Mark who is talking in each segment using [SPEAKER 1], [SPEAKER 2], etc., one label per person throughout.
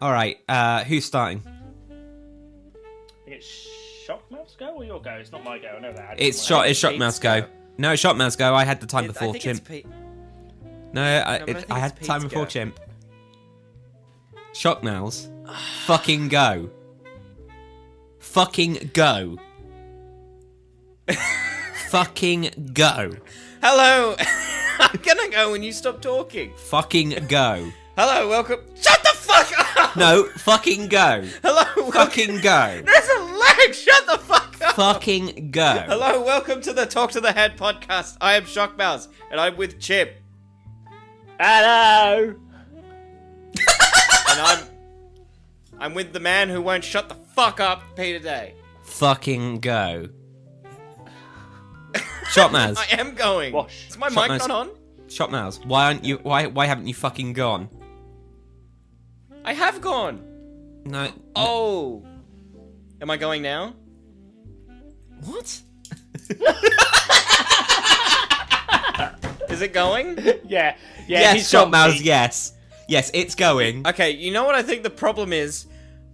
[SPEAKER 1] All right. Uh, who's starting?
[SPEAKER 2] I think it's Shockmouth's go or your go? It's not my go. I know that. I just
[SPEAKER 1] It's
[SPEAKER 2] wanna-
[SPEAKER 1] shot. It's shot mouse go. No, shot mouse go. I had the time
[SPEAKER 3] It- I
[SPEAKER 1] before
[SPEAKER 3] think
[SPEAKER 1] chimp.
[SPEAKER 3] it's Pete.
[SPEAKER 1] No, I,
[SPEAKER 3] No, but I
[SPEAKER 1] it,
[SPEAKER 3] think
[SPEAKER 1] I, had
[SPEAKER 3] it's
[SPEAKER 1] time
[SPEAKER 3] Pete's
[SPEAKER 1] before
[SPEAKER 3] go.
[SPEAKER 1] chimp. Shock mouse. Fucking go. Fucking go. Fucking go.
[SPEAKER 3] Hello. I'm gonna go when you stop talking.
[SPEAKER 1] Fucking go.
[SPEAKER 3] Hello, welcome. Shut the fuck up.
[SPEAKER 1] No, fucking go.
[SPEAKER 3] Hello, welcome.
[SPEAKER 1] Fucking go.
[SPEAKER 3] There's a lag. Shut the fuck up.
[SPEAKER 1] Fucking go.
[SPEAKER 3] Hello, welcome to the Talk to the Head podcast. I am Shock Mouse, and I'm with Chip,
[SPEAKER 2] Hello.
[SPEAKER 3] and I'm I'm with the man who won't shut the fuck up, Peter Day.
[SPEAKER 1] Fucking go. Shot mouse.
[SPEAKER 3] I am going.
[SPEAKER 2] Wash.
[SPEAKER 3] Is my
[SPEAKER 1] Shot
[SPEAKER 3] mic
[SPEAKER 1] Mouse.
[SPEAKER 3] not on?
[SPEAKER 1] Shot mouse. Why aren't you? Why? Why haven't you fucking gone?
[SPEAKER 3] I have gone.
[SPEAKER 1] No.
[SPEAKER 3] Oh, am I going now?
[SPEAKER 1] What?
[SPEAKER 3] Is it going?
[SPEAKER 2] Yeah. Yeah.
[SPEAKER 1] yes,
[SPEAKER 2] he's
[SPEAKER 1] shot
[SPEAKER 2] got
[SPEAKER 1] mouse.
[SPEAKER 2] me.
[SPEAKER 1] Yes, yes, it's going.
[SPEAKER 3] Okay, you know what I think the problem is?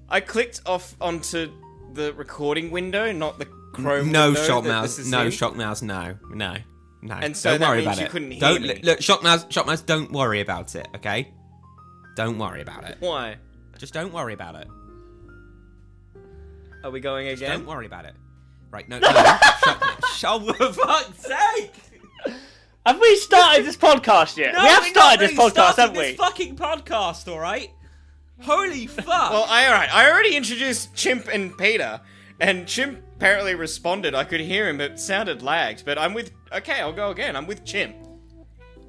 [SPEAKER 3] I clicked off onto the recording window, not the Chrome.
[SPEAKER 1] no
[SPEAKER 3] window
[SPEAKER 1] shot
[SPEAKER 3] that
[SPEAKER 1] mouse.
[SPEAKER 3] this is
[SPEAKER 1] No
[SPEAKER 3] in.
[SPEAKER 1] shot mouse. No, no, no.
[SPEAKER 3] And so
[SPEAKER 1] don't
[SPEAKER 3] that
[SPEAKER 1] worry
[SPEAKER 3] means
[SPEAKER 1] about
[SPEAKER 3] you
[SPEAKER 1] it.
[SPEAKER 3] couldn't hear
[SPEAKER 1] don't
[SPEAKER 3] me.
[SPEAKER 1] look- look. Shot mouse. Shot mouse. Don't worry about it. Okay. Don't worry about it.
[SPEAKER 3] Why?
[SPEAKER 1] Just don't worry about it.
[SPEAKER 3] Are we going
[SPEAKER 1] Don't
[SPEAKER 3] again?
[SPEAKER 1] worry about it. Right. No. no shot, shot, for fuck's sake!
[SPEAKER 2] Have we started this podcast yet? we have
[SPEAKER 1] we're not
[SPEAKER 2] started this
[SPEAKER 1] really
[SPEAKER 2] podcast,
[SPEAKER 1] started
[SPEAKER 2] haven't
[SPEAKER 1] this
[SPEAKER 2] we?
[SPEAKER 1] Fucking podcast. All right. Holy fuck!
[SPEAKER 3] Well, I alright. I already introduced Chimp and Peter, and Chimp apparently responded. I could hear him, but it sounded lagged. But I'm with. Okay, I'll go again. I'm with Chimp.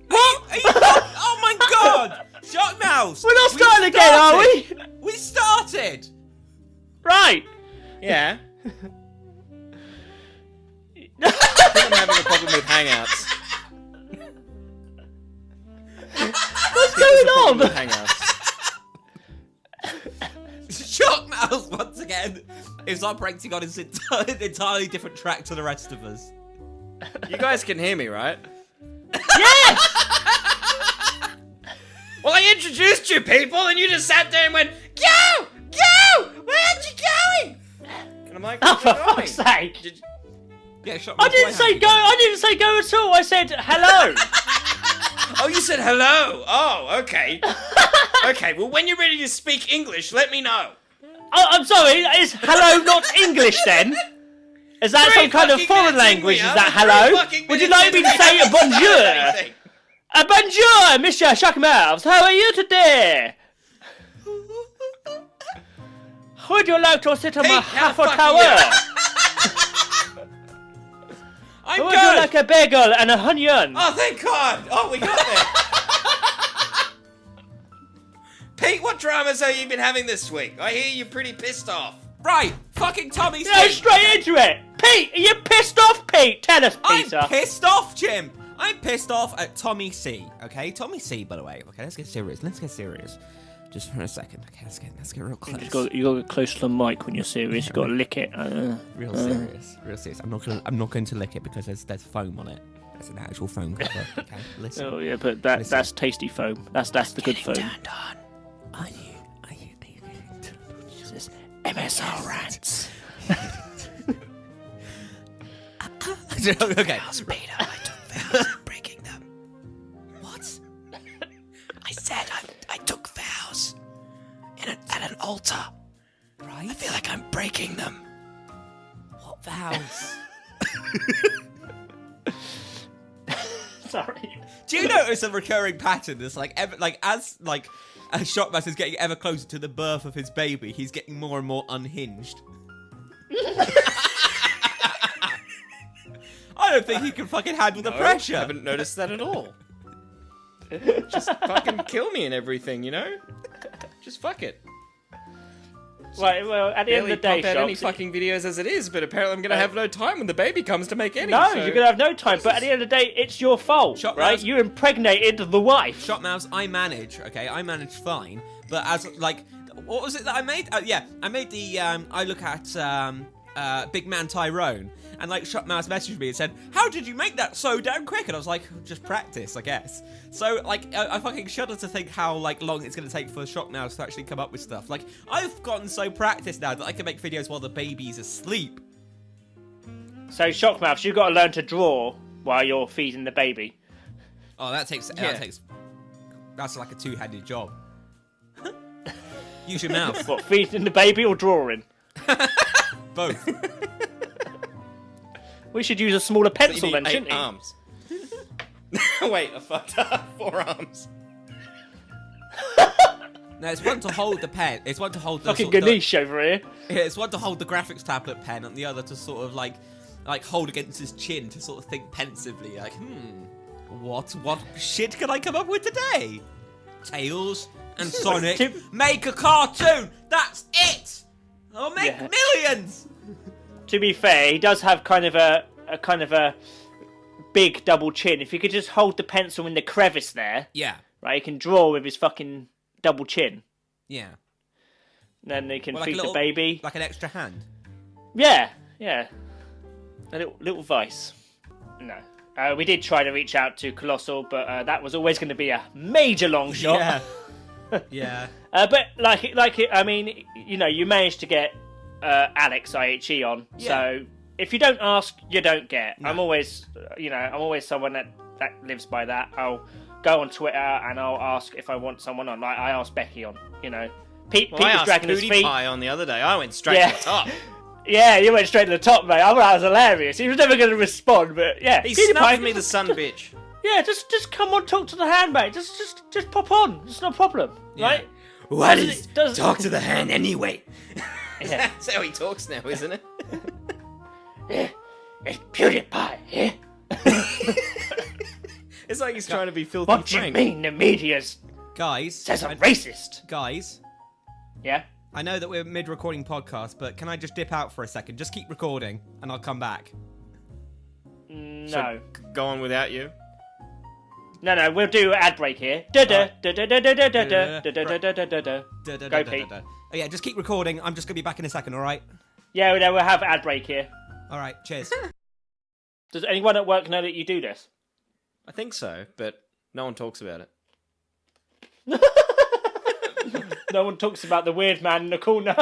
[SPEAKER 1] What? Are you, oh my god! Shot mouse.
[SPEAKER 2] We're not
[SPEAKER 1] We
[SPEAKER 2] starting again, are we?
[SPEAKER 1] We started.
[SPEAKER 2] Right.
[SPEAKER 3] Yeah. I think I'm having a problem with Hangouts.
[SPEAKER 2] What's
[SPEAKER 3] There's a
[SPEAKER 2] going
[SPEAKER 3] problem with
[SPEAKER 2] on?
[SPEAKER 3] Hangouts.
[SPEAKER 1] Shock Mouse once again is operating on his enti- an entirely different track to the rest of us.
[SPEAKER 3] You guys can hear me, right?
[SPEAKER 2] yeah.
[SPEAKER 3] Well, I introduced you people, and you just sat there and went, "Go, go! Where are you going?" And I'm like,
[SPEAKER 2] Oh, for
[SPEAKER 3] "Where are you
[SPEAKER 2] fuck's
[SPEAKER 3] going?"
[SPEAKER 2] sake.
[SPEAKER 3] Did-
[SPEAKER 1] Yeah, Shock
[SPEAKER 2] I didn't say go. I didn't say go at all. I said hello.
[SPEAKER 3] Oh, you said hello. Oh, okay. okay. Well, when you're ready to speak English, let me know.
[SPEAKER 2] Oh, I'm sorry. Is hello not English then? Is that
[SPEAKER 3] Three
[SPEAKER 2] some kind of
[SPEAKER 3] fucking
[SPEAKER 2] foreign
[SPEAKER 3] minutes in,
[SPEAKER 2] language?
[SPEAKER 3] we
[SPEAKER 2] Is
[SPEAKER 3] are.
[SPEAKER 2] that
[SPEAKER 3] Three
[SPEAKER 2] hello?
[SPEAKER 3] fucking
[SPEAKER 2] Would you
[SPEAKER 3] minutes
[SPEAKER 2] like me
[SPEAKER 3] in,
[SPEAKER 2] to
[SPEAKER 3] we
[SPEAKER 2] say a
[SPEAKER 3] haven't said
[SPEAKER 2] bonjour?
[SPEAKER 3] anything.
[SPEAKER 2] A Uh, bonjour, Monsieur Shockmouth. How are you today? Would you like to sit on my
[SPEAKER 3] Pete, how
[SPEAKER 2] half a
[SPEAKER 3] fucking
[SPEAKER 2] tower?
[SPEAKER 3] I'm
[SPEAKER 2] Would
[SPEAKER 3] good.
[SPEAKER 2] you Oh, like a bagel and a onion?
[SPEAKER 3] Oh, thank God. Oh, we got there. Pete, what dramas have you been having this week? I hear you're pretty pissed off.
[SPEAKER 1] Right, fucking Tommy
[SPEAKER 2] Go
[SPEAKER 1] Sweet.
[SPEAKER 2] straight into it. Pete, are you pissed off, Pete? Tell us,
[SPEAKER 1] I'm
[SPEAKER 2] Peter.
[SPEAKER 1] pissed off, Chimp. I'm pissed off at Tommy C. Okay, Tommy C. By the way, okay, let's get serious. Let's get serious, just for a second. Okay, let's get let's get real close.
[SPEAKER 2] you got to get close to the mic when you're serious. You got to lick it. Uh,
[SPEAKER 1] real serious, real serious. I'm not gonna I'm not going to lick it because there's there's foam on it. There's an actual foam cover. Okay, listen.
[SPEAKER 2] oh yeah, but that
[SPEAKER 1] Listen.
[SPEAKER 2] that's tasty foam. That's that's the good foam.
[SPEAKER 1] on. Are you? Are you? Are you getting to-
[SPEAKER 2] This is MSR rants.
[SPEAKER 1] okay.
[SPEAKER 2] Peter, I took vows at breaking them.
[SPEAKER 1] What?
[SPEAKER 2] I said I, I took vows in an, at an altar.
[SPEAKER 1] Right?
[SPEAKER 2] I feel like I'm breaking them.
[SPEAKER 1] What vows?
[SPEAKER 2] Sorry.
[SPEAKER 1] Do you notice a recurring pattern? That's like ever, like as like as Shockmaster is getting ever closer to the birth of his baby, he's getting more and more unhinged. I don't think he can fucking handle the pressure.
[SPEAKER 3] Oh, I haven't noticed that at all. Just fucking kill me and everything, you know? Just fuck it.
[SPEAKER 2] Right, well, at the end of the
[SPEAKER 3] Barely
[SPEAKER 2] day,
[SPEAKER 3] pump out any
[SPEAKER 2] Shops,
[SPEAKER 3] fucking videos as it is, but apparently I'm gonna have no time when the baby comes to make any.
[SPEAKER 2] No,
[SPEAKER 3] so-
[SPEAKER 2] you're gonna have no time. But at the end of the day, it's your fault,
[SPEAKER 1] Shot
[SPEAKER 2] right?
[SPEAKER 1] rounds.
[SPEAKER 2] You impregnated the wife.
[SPEAKER 1] Shot mouse, I manage. Okay, I manage fine. Oh, But as like, what was it that I made? Uh, yeah, I made the. Um, I look at um, uh, Big Man Tyrone, and like Shut Mouse messaged me and said, "How did you make that so damn quick?" And I was like, "Just practice, I guess." So like, I, I fucking shudder to think how like long it's gonna take for Shut Mouse to actually come up with stuff. Like, I've gotten so practiced now that I can make videos while the baby's asleep.
[SPEAKER 2] So, Shockmouth, you've got to learn to draw while you're feeding the baby.
[SPEAKER 1] Oh, that takes
[SPEAKER 3] Yeah.
[SPEAKER 1] that takes that's like a two-handed job. Use your mouth,
[SPEAKER 2] What, feeding the baby or drawing?
[SPEAKER 1] both.
[SPEAKER 2] We should use a smaller
[SPEAKER 3] You
[SPEAKER 2] pencil
[SPEAKER 3] need
[SPEAKER 2] then,
[SPEAKER 3] eight
[SPEAKER 2] shouldn't we?
[SPEAKER 3] arms. Wait, I fucked up. Four arms.
[SPEAKER 1] No, it's one to hold the pen. It's one to hold the
[SPEAKER 2] Fucking
[SPEAKER 1] sort of- the-
[SPEAKER 2] Ganesh over here.
[SPEAKER 1] Yeah, it's one to hold the graphics tablet pen and the other to sort of like like hold against his chin to sort of think pensively, like, hmm, what what shit can I come up with today? Tails and Sonic
[SPEAKER 2] Tim-
[SPEAKER 1] make a cartoon! That's it! I'll make
[SPEAKER 2] Yeah.
[SPEAKER 1] millions!
[SPEAKER 2] To be fair, he does have kind of a, a kind of a big double chin. If he could just hold the pencil in the crevice there,
[SPEAKER 1] Yeah,
[SPEAKER 2] right, he can draw with his fucking double chin.
[SPEAKER 1] yeah.
[SPEAKER 2] Then he can
[SPEAKER 1] Well,
[SPEAKER 2] feed the baby.
[SPEAKER 1] Like an extra hand.
[SPEAKER 2] Yeah, yeah. A little, little vice. No. Uh, we did try to reach out to Colossal, but uh, that was always going to be a major long shot.
[SPEAKER 1] Yeah. yeah.
[SPEAKER 2] Uh, but like, it- like, it- I mean, you know, you managed to get uh, Alex IHE on, so if you don't ask, you don't get. I'm always, uh, you know, I'm always someone that that lives by that. I'll go on Twitter and I'll ask if I want someone on. Like I asked Becky on, you know, Pete,
[SPEAKER 3] Well,
[SPEAKER 2] Pete
[SPEAKER 3] I
[SPEAKER 2] was
[SPEAKER 3] asked
[SPEAKER 2] dragging his feet.
[SPEAKER 3] PewDiePie on the other day. I went straight
[SPEAKER 2] Yeah.
[SPEAKER 3] to the top.
[SPEAKER 2] Yeah, you went straight to the top, mate. I thought that was hilarious. He was never going to respond, but yeah,
[SPEAKER 3] He
[SPEAKER 2] PewDiePie-
[SPEAKER 3] snubbed me, the son bitch.
[SPEAKER 2] Yeah, just just come on, talk to the hand, mate. Just just just pop on. It's no problem, right?
[SPEAKER 3] What
[SPEAKER 2] Doesn't
[SPEAKER 3] is?
[SPEAKER 2] it- doesn't-
[SPEAKER 3] Talk to the hand anyway.
[SPEAKER 2] Yeah.
[SPEAKER 3] That's how he talks now, isn't it?
[SPEAKER 2] It's PewDiePie. Yeah?
[SPEAKER 3] It's like he's trying to be filthy
[SPEAKER 2] What do you
[SPEAKER 3] Frank.
[SPEAKER 2] mean the media says
[SPEAKER 1] Guys.
[SPEAKER 2] I'm
[SPEAKER 1] I-
[SPEAKER 2] racist?
[SPEAKER 1] guys.
[SPEAKER 2] Yeah.
[SPEAKER 1] I know that we're mid-recording podcast, but can I just dip out for a second? Just keep recording, and I'll come back.
[SPEAKER 2] No.
[SPEAKER 3] Go on without you.
[SPEAKER 2] no, no. We'll do an ad break here. Da da
[SPEAKER 1] Alright.
[SPEAKER 2] da da da da da da
[SPEAKER 1] Da-da.
[SPEAKER 2] da da da da
[SPEAKER 1] Da,
[SPEAKER 2] da.
[SPEAKER 1] da,
[SPEAKER 2] Go,
[SPEAKER 1] da, da,
[SPEAKER 2] Pete.
[SPEAKER 1] da, da. Oh, yeah, just keep recording. I'm just gonna be back in a second. All right.
[SPEAKER 2] Yeah, no, we'll have an ad break here.
[SPEAKER 1] All right. Cheers.
[SPEAKER 2] Does anyone at work know that you do this?
[SPEAKER 3] I think so, but no one talks about it.
[SPEAKER 2] No one talks about the weird man in the corner.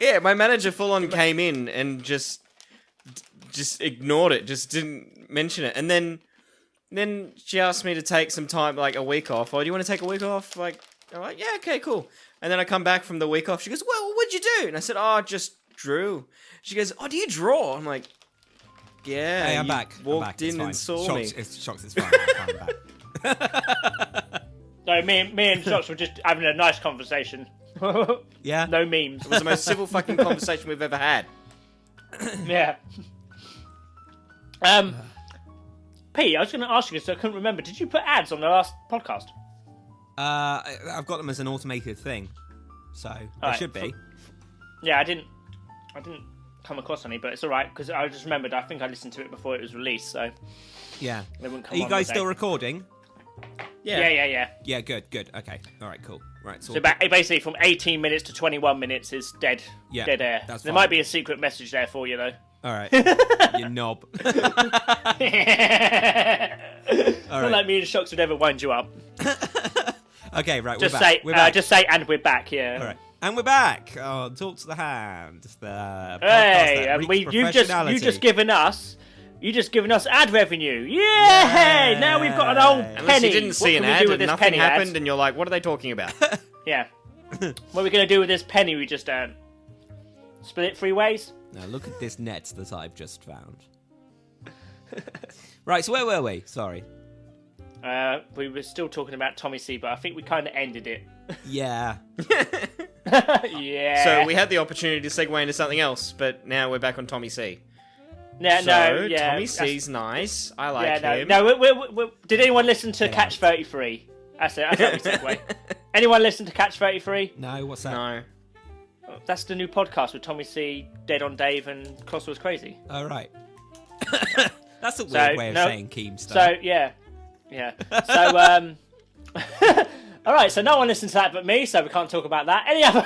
[SPEAKER 3] Yeah, my manager full on came in and just just ignored it, just didn't mention it. And then then she asked me to take some time, like a week off. Oh, do you want to take a week off? Like, I'm like, yeah, okay, cool. And then I come back from the week off. She goes, well, what'd you do? And I said, oh, I just drew. She goes, oh, do you draw? I'm like, yeah.
[SPEAKER 1] Hey, I'm
[SPEAKER 3] you
[SPEAKER 1] back. I'm
[SPEAKER 3] Walked
[SPEAKER 1] back. It's
[SPEAKER 3] in
[SPEAKER 1] fine.
[SPEAKER 3] and saw
[SPEAKER 1] shocks,
[SPEAKER 3] me.
[SPEAKER 1] It's, shocks. It's fine. I'm fine, I'm back.
[SPEAKER 2] no, me, and me and Shots were just having a nice conversation. no
[SPEAKER 1] Yeah.
[SPEAKER 2] memes.
[SPEAKER 3] It was the most civil fucking conversation we've ever had.
[SPEAKER 2] Yeah. Um, Pete, I was going to ask you because I couldn't remember. Did you put ads on the last podcast?
[SPEAKER 1] Uh, I, I've got them as an automated thing, so they
[SPEAKER 2] right.
[SPEAKER 1] should be.
[SPEAKER 2] Yeah, I didn't. I didn't come across any, but it's all right because I just remembered. I think I listened to it before it was released, so
[SPEAKER 1] Yeah.
[SPEAKER 2] they wouldn't
[SPEAKER 1] Are
[SPEAKER 2] come.
[SPEAKER 1] you
[SPEAKER 2] on
[SPEAKER 1] guys
[SPEAKER 2] that
[SPEAKER 1] still
[SPEAKER 2] day.
[SPEAKER 1] recording?
[SPEAKER 2] yeah, yeah, yeah.
[SPEAKER 1] Yeah. Good. Good. Okay. All right. Cool. Right. So.
[SPEAKER 2] So ba- basically, from 18 minutes to 21 minutes is dead.
[SPEAKER 1] Yeah,
[SPEAKER 2] dead air.
[SPEAKER 1] that's
[SPEAKER 2] there
[SPEAKER 1] fine.
[SPEAKER 2] might be a secret message there for you though.
[SPEAKER 1] All right. you knob. All
[SPEAKER 2] Not
[SPEAKER 1] right.
[SPEAKER 2] like me and Shocks would ever wind you up.
[SPEAKER 1] Okay. Right.
[SPEAKER 2] Just
[SPEAKER 1] we're back.
[SPEAKER 2] say,
[SPEAKER 1] We're
[SPEAKER 2] uh,
[SPEAKER 1] back.
[SPEAKER 2] just say, and we're back. Yeah.
[SPEAKER 1] All right. And we're back on Talk to the Hand, the podcast
[SPEAKER 2] Hey,
[SPEAKER 1] that
[SPEAKER 2] and we,
[SPEAKER 1] reeks
[SPEAKER 2] you've just you
[SPEAKER 1] professionality.
[SPEAKER 2] just given us you just given us ad revenue. Yay! Now we've got an old
[SPEAKER 1] Yay.
[SPEAKER 2] penny.
[SPEAKER 3] Unless you didn't
[SPEAKER 2] what
[SPEAKER 3] see an
[SPEAKER 2] can we
[SPEAKER 3] ad
[SPEAKER 2] do with
[SPEAKER 3] and
[SPEAKER 2] this
[SPEAKER 3] nothing
[SPEAKER 2] penny, lads?
[SPEAKER 3] happened, and you're like, what are they talking about?
[SPEAKER 2] Yeah. what are we gonna do with this penny we just earned? Split it three ways.
[SPEAKER 1] Now look at this net that I've just found. right, so where were we? Sorry.
[SPEAKER 2] Uh, we were still talking about Tommy C, but I think we kind of ended it.
[SPEAKER 1] Yeah.
[SPEAKER 2] yeah.
[SPEAKER 3] So we had the opportunity to segue into something else, but now we're back on Tommy C.
[SPEAKER 2] no,
[SPEAKER 3] so
[SPEAKER 2] no, yeah,
[SPEAKER 3] Tommy
[SPEAKER 2] that's-
[SPEAKER 3] C's nice. I
[SPEAKER 2] Yeah,
[SPEAKER 3] like
[SPEAKER 2] no,
[SPEAKER 3] him.
[SPEAKER 2] no. we we we did anyone listen to Catch Thirty Three? That's it. That's how we segue. anyone listen to Catch Thirty Three?
[SPEAKER 1] No, what's that?
[SPEAKER 3] No.
[SPEAKER 2] That's the new podcast with Tommy C, Dead on Dave, and Cross was crazy.
[SPEAKER 1] All Oh, right. That's a weird way of
[SPEAKER 2] no.
[SPEAKER 1] saying Keemstar.
[SPEAKER 2] So yeah, yeah. So um, all right. So no one listened to that but me, so we can't talk about that. Any other?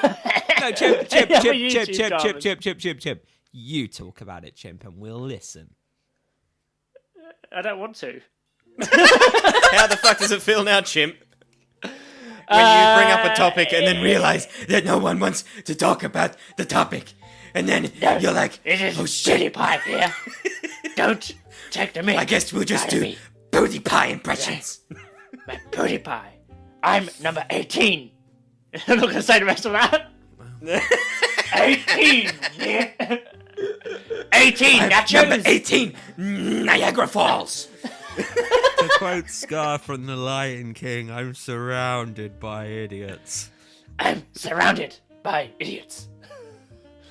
[SPEAKER 1] no, chip, chip,
[SPEAKER 2] any other
[SPEAKER 1] chip, chip,
[SPEAKER 2] YouTube
[SPEAKER 1] chip, chip,
[SPEAKER 2] dramas?
[SPEAKER 1] chip, chip, chip, chip. You talk about it, chimp, and we'll listen.
[SPEAKER 2] I don't want to.
[SPEAKER 3] How the fuck does it feel now, chimp? When you bring
[SPEAKER 2] Uh,
[SPEAKER 3] up a topic and then realize that no one wants to talk about the topic, and then you're like,
[SPEAKER 2] It is
[SPEAKER 3] "Oh
[SPEAKER 2] shitty
[SPEAKER 3] shit,
[SPEAKER 2] pipe here. don't take the meat.
[SPEAKER 3] I guess we'll just
[SPEAKER 2] out of
[SPEAKER 3] do
[SPEAKER 2] me.
[SPEAKER 3] booty pie impressions."
[SPEAKER 2] my booty pie. I'm number 18. I'm not gonna say the rest of that. 18. yeah. 18
[SPEAKER 3] Number
[SPEAKER 2] nachos.
[SPEAKER 3] 18, Niagara Falls.
[SPEAKER 1] To quote Scar from The Lion King, I'm surrounded by idiots.
[SPEAKER 2] I'm surrounded by idiots.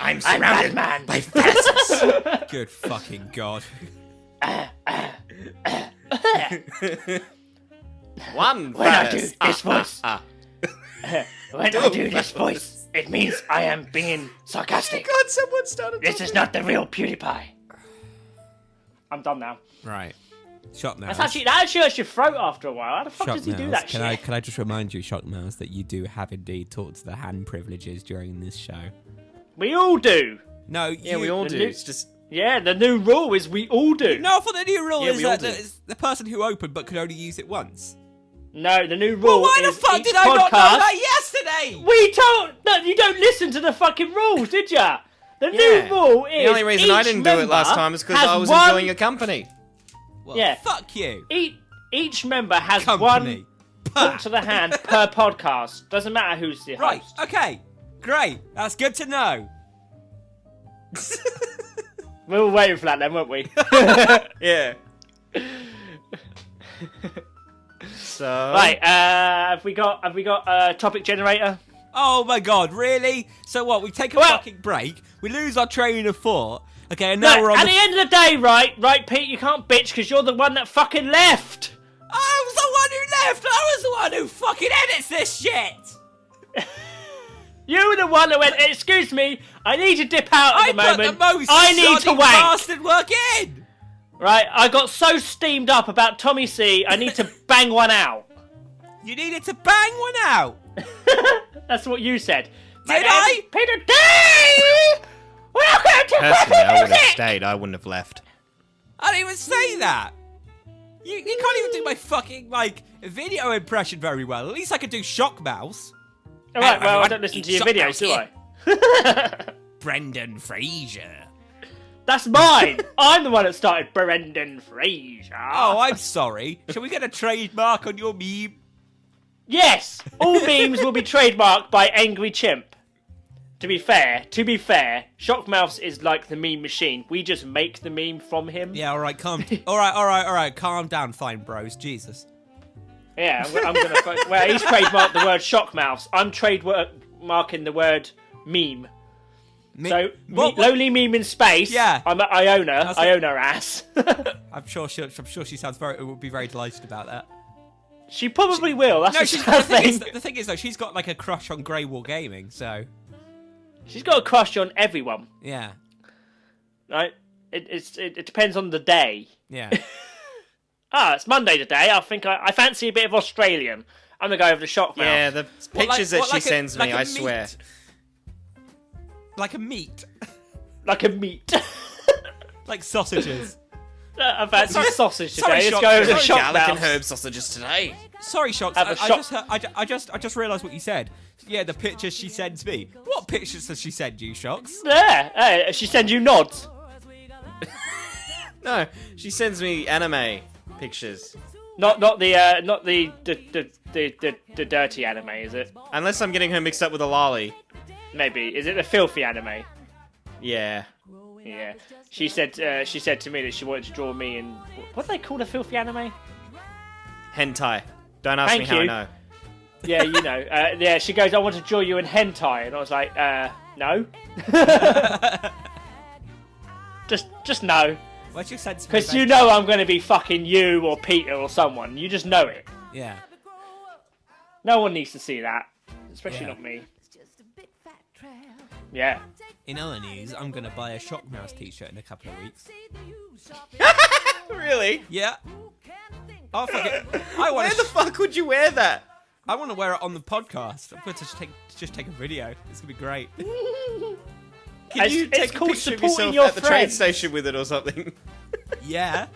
[SPEAKER 3] I'm
[SPEAKER 2] I'm
[SPEAKER 3] surrounded
[SPEAKER 2] Batman.
[SPEAKER 3] by fascists.
[SPEAKER 1] Good fucking god.
[SPEAKER 3] one
[SPEAKER 2] When I do
[SPEAKER 3] virus.
[SPEAKER 2] this voice,
[SPEAKER 3] Ah,
[SPEAKER 2] when I do this voice, it means I am being sarcastic.
[SPEAKER 3] God, someone started.
[SPEAKER 2] This is not the real PewDiePie. I'm done now.
[SPEAKER 1] Right. Shot now.
[SPEAKER 2] That's actually that actually hurts your throat after a while. How the fuck does he do that
[SPEAKER 1] can
[SPEAKER 2] shit?
[SPEAKER 1] I can I just remind you, Shock Mouse, that you do have indeed talked to the hand privileges during this show.
[SPEAKER 2] We all do.
[SPEAKER 1] No,
[SPEAKER 3] Yeah,
[SPEAKER 1] you,
[SPEAKER 3] we all
[SPEAKER 2] the
[SPEAKER 3] do.
[SPEAKER 2] new-
[SPEAKER 3] It's just
[SPEAKER 2] Yeah, the new rule is we all do.
[SPEAKER 1] No, I thought the new rule
[SPEAKER 3] Yeah,
[SPEAKER 1] is
[SPEAKER 3] we all
[SPEAKER 1] that
[SPEAKER 3] do.
[SPEAKER 1] it's the person who opened but could only use it once.
[SPEAKER 2] No, the new rule.
[SPEAKER 1] Why the
[SPEAKER 2] is
[SPEAKER 1] fuck
[SPEAKER 2] each
[SPEAKER 1] did I
[SPEAKER 2] podcast...
[SPEAKER 1] not know that yesterday?
[SPEAKER 2] We don't. No, you don't listen to the fucking rules, did ya? The
[SPEAKER 3] Yeah.
[SPEAKER 2] new rule is
[SPEAKER 3] the only reason I
[SPEAKER 2] each
[SPEAKER 3] didn't do it last
[SPEAKER 2] member
[SPEAKER 3] time is because
[SPEAKER 2] has
[SPEAKER 3] I was
[SPEAKER 2] one...
[SPEAKER 3] enjoying your company.
[SPEAKER 1] Well,
[SPEAKER 2] Yeah.
[SPEAKER 1] Fuck you.
[SPEAKER 2] Each, each member has
[SPEAKER 1] Company.
[SPEAKER 2] one talk to the hand per podcast. Doesn't matter who's the
[SPEAKER 1] Right.
[SPEAKER 2] host.
[SPEAKER 1] Okay. Great. That's good to know.
[SPEAKER 2] We were waiting for that then, weren't we?
[SPEAKER 3] Yeah. so
[SPEAKER 2] right. Uh, have we got? Have we got a topic generator?
[SPEAKER 1] Oh my god, really? So what? We take a
[SPEAKER 2] Well-
[SPEAKER 1] fucking break. We lose our train of thought. Okay, and now
[SPEAKER 2] No.
[SPEAKER 1] we're on.
[SPEAKER 2] at
[SPEAKER 1] the...
[SPEAKER 2] the end of the day, right, right, Pete, you can't bitch because you're the one that fucking left.
[SPEAKER 1] I was the one who left. I was the one who fucking edits this shit.
[SPEAKER 2] You were the one that went. Excuse me, I need to dip out at
[SPEAKER 1] I
[SPEAKER 2] the moment.
[SPEAKER 1] put the most
[SPEAKER 2] I need to
[SPEAKER 1] sodding
[SPEAKER 2] wank.
[SPEAKER 1] bastard work in.
[SPEAKER 2] Right, I got so steamed up about Tommy C, I need to bang one out.
[SPEAKER 1] You needed to bang one out.
[SPEAKER 2] That's what you said.
[SPEAKER 1] Did I?
[SPEAKER 2] Peter D! Welcome to
[SPEAKER 3] personally, I
[SPEAKER 2] Puppy
[SPEAKER 3] would have
[SPEAKER 2] Music!
[SPEAKER 3] stayed. I wouldn't have left.
[SPEAKER 1] I didn't even say that. You, you can't even do my fucking like video impression very well. At least I could do Shock Mouse.
[SPEAKER 2] Alright, well, I
[SPEAKER 1] everyone,
[SPEAKER 2] don't listen to
[SPEAKER 1] eat
[SPEAKER 2] your videos, do I?
[SPEAKER 1] shot Brendan Fraser.
[SPEAKER 2] That's mine! I'm the one that started Brendan Fraser.
[SPEAKER 1] Oh, I'm sorry. Shall we get a trademark on your meme?
[SPEAKER 2] Yes! All memes will be trademarked by Angry Chimp. To be fair, to be fair, Shockmouth is like the meme machine. We just make the meme from him.
[SPEAKER 1] Yeah, all right, calm. all right, all right, all right. Calm down, fine bros. Jesus.
[SPEAKER 2] Yeah, I'm, I'm gonna. fu- well, he's trademarked the word shock mouse. I'm trademarking the word meme.
[SPEAKER 1] Me-
[SPEAKER 2] So me-
[SPEAKER 1] What- what-
[SPEAKER 2] lonely meme in space.
[SPEAKER 1] Yeah.
[SPEAKER 2] I'm at Iona.
[SPEAKER 1] That's it.
[SPEAKER 2] Iona ass.
[SPEAKER 1] I'm sure she. I'm sure she sounds very. Would be very delighted about that.
[SPEAKER 2] she probably will. That's
[SPEAKER 1] No,
[SPEAKER 2] the
[SPEAKER 1] she's, the,
[SPEAKER 2] sad
[SPEAKER 1] thing is,
[SPEAKER 2] thing.
[SPEAKER 1] the thing is though, she's got like a crush on Grey Wall Gaming. So
[SPEAKER 2] She's got a crush on everyone.
[SPEAKER 1] yeah,
[SPEAKER 2] Right? It, it's it, it depends on the day.
[SPEAKER 1] yeah.
[SPEAKER 2] Ah, it's Monday today. I think I, I fancy a bit of Australian. I'm gonna go over to shock mouse.
[SPEAKER 3] Yeah, the pictures
[SPEAKER 1] What, like-
[SPEAKER 3] that
[SPEAKER 1] what,
[SPEAKER 3] she
[SPEAKER 1] like a-
[SPEAKER 3] sends
[SPEAKER 1] like
[SPEAKER 3] me,
[SPEAKER 1] a
[SPEAKER 3] I swear.
[SPEAKER 1] meat? Like a meat,
[SPEAKER 2] Like a meat.
[SPEAKER 1] like sausages.
[SPEAKER 2] I fancy
[SPEAKER 1] Sorry-
[SPEAKER 2] sausage today.
[SPEAKER 1] sorry,
[SPEAKER 2] Let's
[SPEAKER 1] Shock-
[SPEAKER 2] go over to
[SPEAKER 1] sorry,
[SPEAKER 2] shock mouse.
[SPEAKER 3] sausages today.
[SPEAKER 1] Sorry, shocks.
[SPEAKER 2] Have
[SPEAKER 1] I,
[SPEAKER 2] a
[SPEAKER 1] I
[SPEAKER 2] shock.
[SPEAKER 1] just, heard- I, ju- I just, I just realised what you said. Yeah, the pictures she sends me. What pictures does she send you, shocks?
[SPEAKER 2] There. Hey, she sends you nods.
[SPEAKER 3] No, she sends me anime pictures.
[SPEAKER 2] Not not the uh, not the the, the the the the dirty anime, is it?
[SPEAKER 3] Unless I'm getting her mixed up with a lolly.
[SPEAKER 2] Maybe is it the filthy anime?
[SPEAKER 3] Yeah.
[SPEAKER 2] Yeah. She said uh, she said to me that she wanted to draw me in what do they call the filthy anime?
[SPEAKER 3] Hentai. Don't ask me
[SPEAKER 2] Thank
[SPEAKER 3] how I
[SPEAKER 2] you.
[SPEAKER 3] know.
[SPEAKER 2] Yeah, you know. Uh, yeah, she goes, I want to draw you in hentai, and I was like, uh, no. just just no,
[SPEAKER 1] What's your sense?
[SPEAKER 2] because you know I'm going to be fucking you or Peter or someone. You just know it.
[SPEAKER 1] Yeah.
[SPEAKER 2] No one needs to see that, especially
[SPEAKER 1] Yeah.
[SPEAKER 2] not me.
[SPEAKER 4] just a big fat trail.
[SPEAKER 2] Yeah.
[SPEAKER 1] In other news, I'm gonna buy a shock mouse T-shirt in a couple of weeks.
[SPEAKER 4] See the use of
[SPEAKER 3] Really?
[SPEAKER 1] Yeah.
[SPEAKER 4] who can think
[SPEAKER 1] Oh fuck it. I want.
[SPEAKER 3] Where the fuck would you wear that?
[SPEAKER 1] I want to wear it on the podcast. I'm going to just take just take a video. It's gonna be great.
[SPEAKER 3] Can
[SPEAKER 2] It's-
[SPEAKER 3] you
[SPEAKER 2] it's
[SPEAKER 3] take a
[SPEAKER 2] called
[SPEAKER 3] picture of
[SPEAKER 2] supporting
[SPEAKER 3] yourself
[SPEAKER 2] your
[SPEAKER 3] at the train
[SPEAKER 2] friend.
[SPEAKER 3] station with it or something?
[SPEAKER 1] Yeah.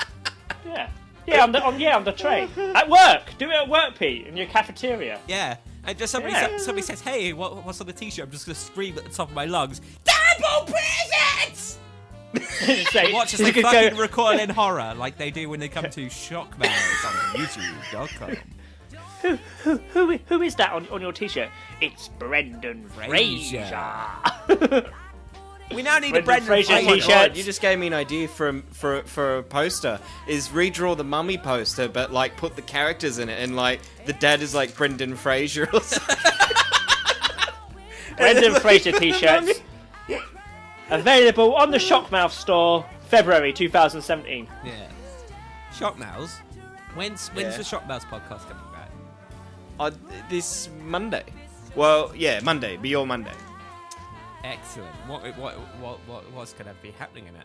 [SPEAKER 2] Yeah. Yeah, on the on yeah on the train at work. Do it at work, Pete, in your cafeteria.
[SPEAKER 1] Yeah. And just somebody,
[SPEAKER 2] Yeah.
[SPEAKER 1] sa- somebody says, hey, what, what's on the t shirt? I'm just going to scream at the top of my lungs, Double presents!
[SPEAKER 2] Say-
[SPEAKER 1] Watch us
[SPEAKER 2] you
[SPEAKER 1] like
[SPEAKER 2] could go-
[SPEAKER 1] fucking recoil in horror, like they do when they come to Shockman on YouTube.com.
[SPEAKER 2] Who i- who is that on, on your t-shirt? It's Brendan Fraser.
[SPEAKER 1] We now need a
[SPEAKER 2] Brendan
[SPEAKER 1] Brendan
[SPEAKER 2] Fraser
[SPEAKER 1] Fraser.
[SPEAKER 2] t-shirt. T-shirts.
[SPEAKER 3] Oh you just gave me an idea for a, for a- for a poster. Is redraw the mummy poster, but like put the characters in it, and like the dad is like Brendan Fraser or something.
[SPEAKER 2] Brendan Fraser t-shirts available on the Shockmouth store, February 2017.
[SPEAKER 1] Yeah. Shockmouse. When's when's
[SPEAKER 3] Yeah.
[SPEAKER 1] the Shockmouse podcast coming back?
[SPEAKER 3] Uh, this Monday. Well, yeah, Monday. Be your Monday.
[SPEAKER 1] Excellent. What what what what what's gonna be happening in it?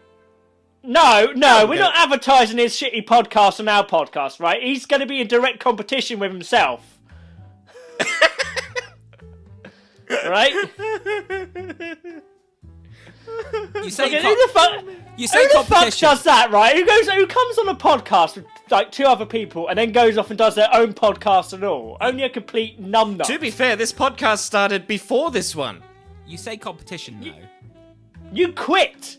[SPEAKER 2] No, no, we're
[SPEAKER 3] Okay.
[SPEAKER 2] not advertising his shitty podcast on our podcast, right? He's going to be in direct competition with himself. right?
[SPEAKER 1] You say
[SPEAKER 2] Fucking
[SPEAKER 1] co-
[SPEAKER 2] who the fuck?
[SPEAKER 1] you say
[SPEAKER 2] Who the fuck
[SPEAKER 1] competition.
[SPEAKER 2] does that, right? Who goes? Who comes on a podcast with like two other people and then goes off and does their own podcast and all? Only a complete numbnut.
[SPEAKER 3] To be fair, this podcast started before this one.
[SPEAKER 1] you say competition though.
[SPEAKER 2] you quit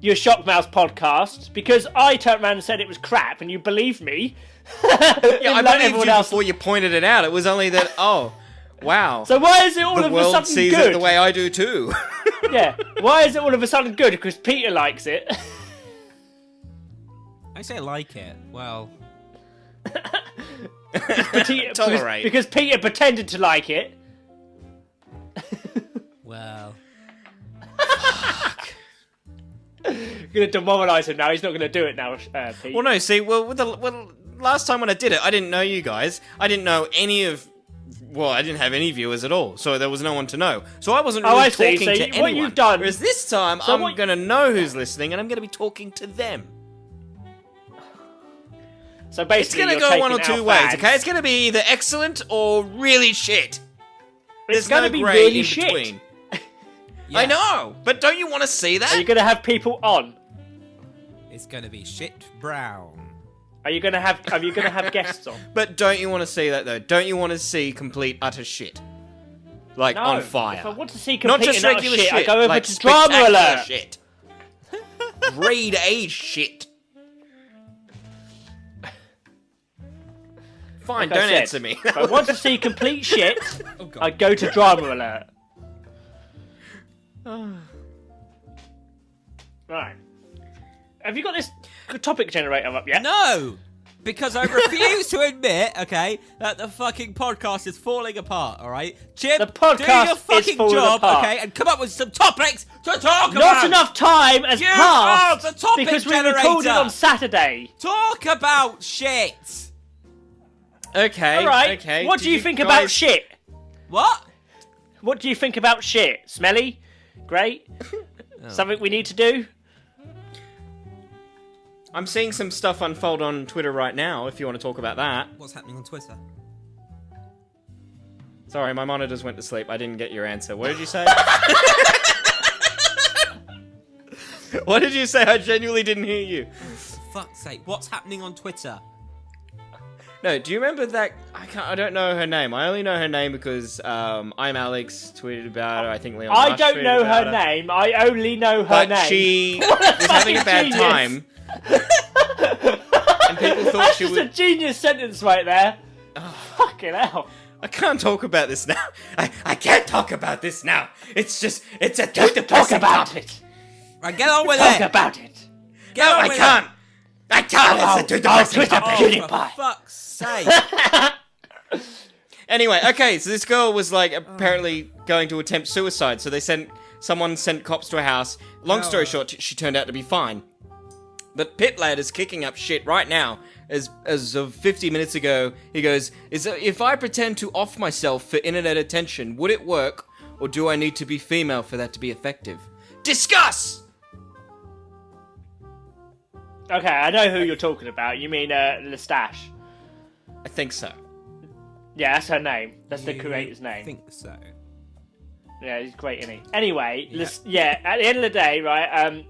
[SPEAKER 2] your Shockmouse podcast because I turned around and said it was crap, and you believed me.
[SPEAKER 3] Yeah, I
[SPEAKER 2] Like
[SPEAKER 3] believed
[SPEAKER 2] everyone
[SPEAKER 3] you
[SPEAKER 2] else.
[SPEAKER 3] before you pointed it out. It was only that. Oh, wow.
[SPEAKER 2] So why is it all
[SPEAKER 3] the
[SPEAKER 2] of a
[SPEAKER 3] world
[SPEAKER 2] sudden
[SPEAKER 3] sees
[SPEAKER 2] good?
[SPEAKER 3] it the way I do too.
[SPEAKER 2] yeah. Why is it all of a sudden good? Because Peter likes it.
[SPEAKER 1] I say like it. Well,
[SPEAKER 2] Peter,
[SPEAKER 3] Tolerate.
[SPEAKER 2] Because, because Peter pretended to like it.
[SPEAKER 1] well.
[SPEAKER 2] You're going to demoralise him now. He's not going to do it now, uh, Pete.
[SPEAKER 3] Well, no. See, well, with the well, last time when I did it, I didn't know you guys. I didn't know any of. Well, I didn't have any viewers at all, so there was no one to know. So I wasn't
[SPEAKER 2] Oh,
[SPEAKER 3] really
[SPEAKER 2] I see.
[SPEAKER 3] talking
[SPEAKER 2] So
[SPEAKER 3] to
[SPEAKER 2] you-
[SPEAKER 3] anyone.
[SPEAKER 2] what you've done-
[SPEAKER 3] Whereas this time,
[SPEAKER 2] So
[SPEAKER 3] I'm
[SPEAKER 2] what-
[SPEAKER 3] going to know who's listening, and I'm going to be talking to them.
[SPEAKER 2] So
[SPEAKER 3] It's
[SPEAKER 2] basically,
[SPEAKER 3] going to
[SPEAKER 2] you're
[SPEAKER 3] go
[SPEAKER 2] taking
[SPEAKER 3] one or
[SPEAKER 2] our
[SPEAKER 3] two ways.
[SPEAKER 2] fans.
[SPEAKER 3] Okay, it's going to be either excellent or really shit.
[SPEAKER 2] It's
[SPEAKER 3] There's
[SPEAKER 2] going to
[SPEAKER 3] no
[SPEAKER 2] be
[SPEAKER 3] grey
[SPEAKER 2] really
[SPEAKER 3] in
[SPEAKER 2] shit.
[SPEAKER 3] between. I know, but don't you want to see that?
[SPEAKER 2] Are you going to have people on?
[SPEAKER 1] It's gonna be shit brown.
[SPEAKER 2] Are you going to have? Are you going to have guests on?
[SPEAKER 3] But don't you want to see that though? Don't you want to see complete utter shit, like
[SPEAKER 2] No.
[SPEAKER 3] on fire?
[SPEAKER 2] If I want to see
[SPEAKER 3] Not
[SPEAKER 2] complete
[SPEAKER 3] just
[SPEAKER 2] and utter
[SPEAKER 3] regular
[SPEAKER 2] shit,
[SPEAKER 3] shit.
[SPEAKER 2] I go over
[SPEAKER 3] like
[SPEAKER 2] to drama
[SPEAKER 3] spectacular
[SPEAKER 2] alert.
[SPEAKER 3] Shit. Grade A shit. Fine,
[SPEAKER 2] Like I
[SPEAKER 3] don't
[SPEAKER 2] said,
[SPEAKER 3] answer me.
[SPEAKER 2] If I want to see complete shit,
[SPEAKER 1] Oh god.
[SPEAKER 2] I go to drama alert. right. Have you got this topic generator up yet?
[SPEAKER 1] No! Because I refuse to admit, okay, that the fucking podcast is falling apart, alright? Chip,
[SPEAKER 2] The podcast
[SPEAKER 1] do your
[SPEAKER 2] is
[SPEAKER 1] fucking
[SPEAKER 2] falling
[SPEAKER 1] job,
[SPEAKER 2] apart.
[SPEAKER 1] okay, and come up with some topics to talk about!
[SPEAKER 2] Not enough time has
[SPEAKER 1] You
[SPEAKER 2] passed
[SPEAKER 1] are the topic
[SPEAKER 2] because we
[SPEAKER 1] generator.
[SPEAKER 2] recorded on Saturday.
[SPEAKER 1] Talk about shit!
[SPEAKER 3] okay.
[SPEAKER 2] All right.
[SPEAKER 3] Okay.
[SPEAKER 2] What
[SPEAKER 3] did
[SPEAKER 2] do you, think about
[SPEAKER 3] guys-
[SPEAKER 2] shit?
[SPEAKER 1] What?
[SPEAKER 2] What do you think about shit? Smelly? Great? Something we need to do?
[SPEAKER 3] I'm seeing some stuff unfold on Twitter right now. If you want to talk about that.
[SPEAKER 1] What's happening on Twitter?
[SPEAKER 3] Sorry, my monitors went to sleep. I didn't get your answer. What did you say? what did you say? I genuinely didn't hear you.
[SPEAKER 1] Fuck's sake, what's happening on Twitter?
[SPEAKER 3] No, do you remember that? I can't. I don't know her name. I only know her name because um, I'm Alex tweeted about her. I think Leon.
[SPEAKER 2] I
[SPEAKER 3] Rush tweeted
[SPEAKER 2] don't know
[SPEAKER 3] about
[SPEAKER 2] her name. I only know her
[SPEAKER 3] Oh. but
[SPEAKER 2] name.
[SPEAKER 3] she was having a
[SPEAKER 2] fucking
[SPEAKER 3] bad
[SPEAKER 2] genius.
[SPEAKER 3] time, and people thought
[SPEAKER 2] That's
[SPEAKER 3] she
[SPEAKER 2] just a
[SPEAKER 3] would.
[SPEAKER 2] genius sentence right there. Fucking hell.
[SPEAKER 3] I I can't talk about this now. I, I can't talk about this now. It's just it's a too
[SPEAKER 2] Talk
[SPEAKER 3] depressing
[SPEAKER 2] about
[SPEAKER 3] topic.
[SPEAKER 2] it.
[SPEAKER 1] Right, get on with
[SPEAKER 2] Talk
[SPEAKER 3] Eh.
[SPEAKER 1] it!
[SPEAKER 2] about it.
[SPEAKER 1] Get on
[SPEAKER 3] I
[SPEAKER 1] with
[SPEAKER 3] can't. I can't.
[SPEAKER 2] Oh,
[SPEAKER 3] it's a
[SPEAKER 2] oh,
[SPEAKER 3] too depressing
[SPEAKER 2] Twitter
[SPEAKER 3] topic.
[SPEAKER 1] it! Oh, for
[SPEAKER 2] PewDiePie.
[SPEAKER 1] fuck's sake!
[SPEAKER 3] Anyway, okay, so this girl was like apparently going to attempt suicide, so they sent someone sent cops to her house. Long story
[SPEAKER 1] Oh.
[SPEAKER 3] short, t- she turned out to be fine. But Pit Lad is kicking up shit right now. As as of 50 minutes ago, he goes, "Is if I pretend to off myself for internet attention, would it work, or do I need to be female for that to be effective?" Discuss.
[SPEAKER 2] Okay, I know who you're talking about. You mean uh, Lestache.
[SPEAKER 3] I think so.
[SPEAKER 2] Yeah, that's her name. That's the
[SPEAKER 1] You
[SPEAKER 2] creator's name.
[SPEAKER 1] think so.
[SPEAKER 2] Yeah, he's great, isn't he? Anyway, yeah. yeah, at the end of the day, right, um,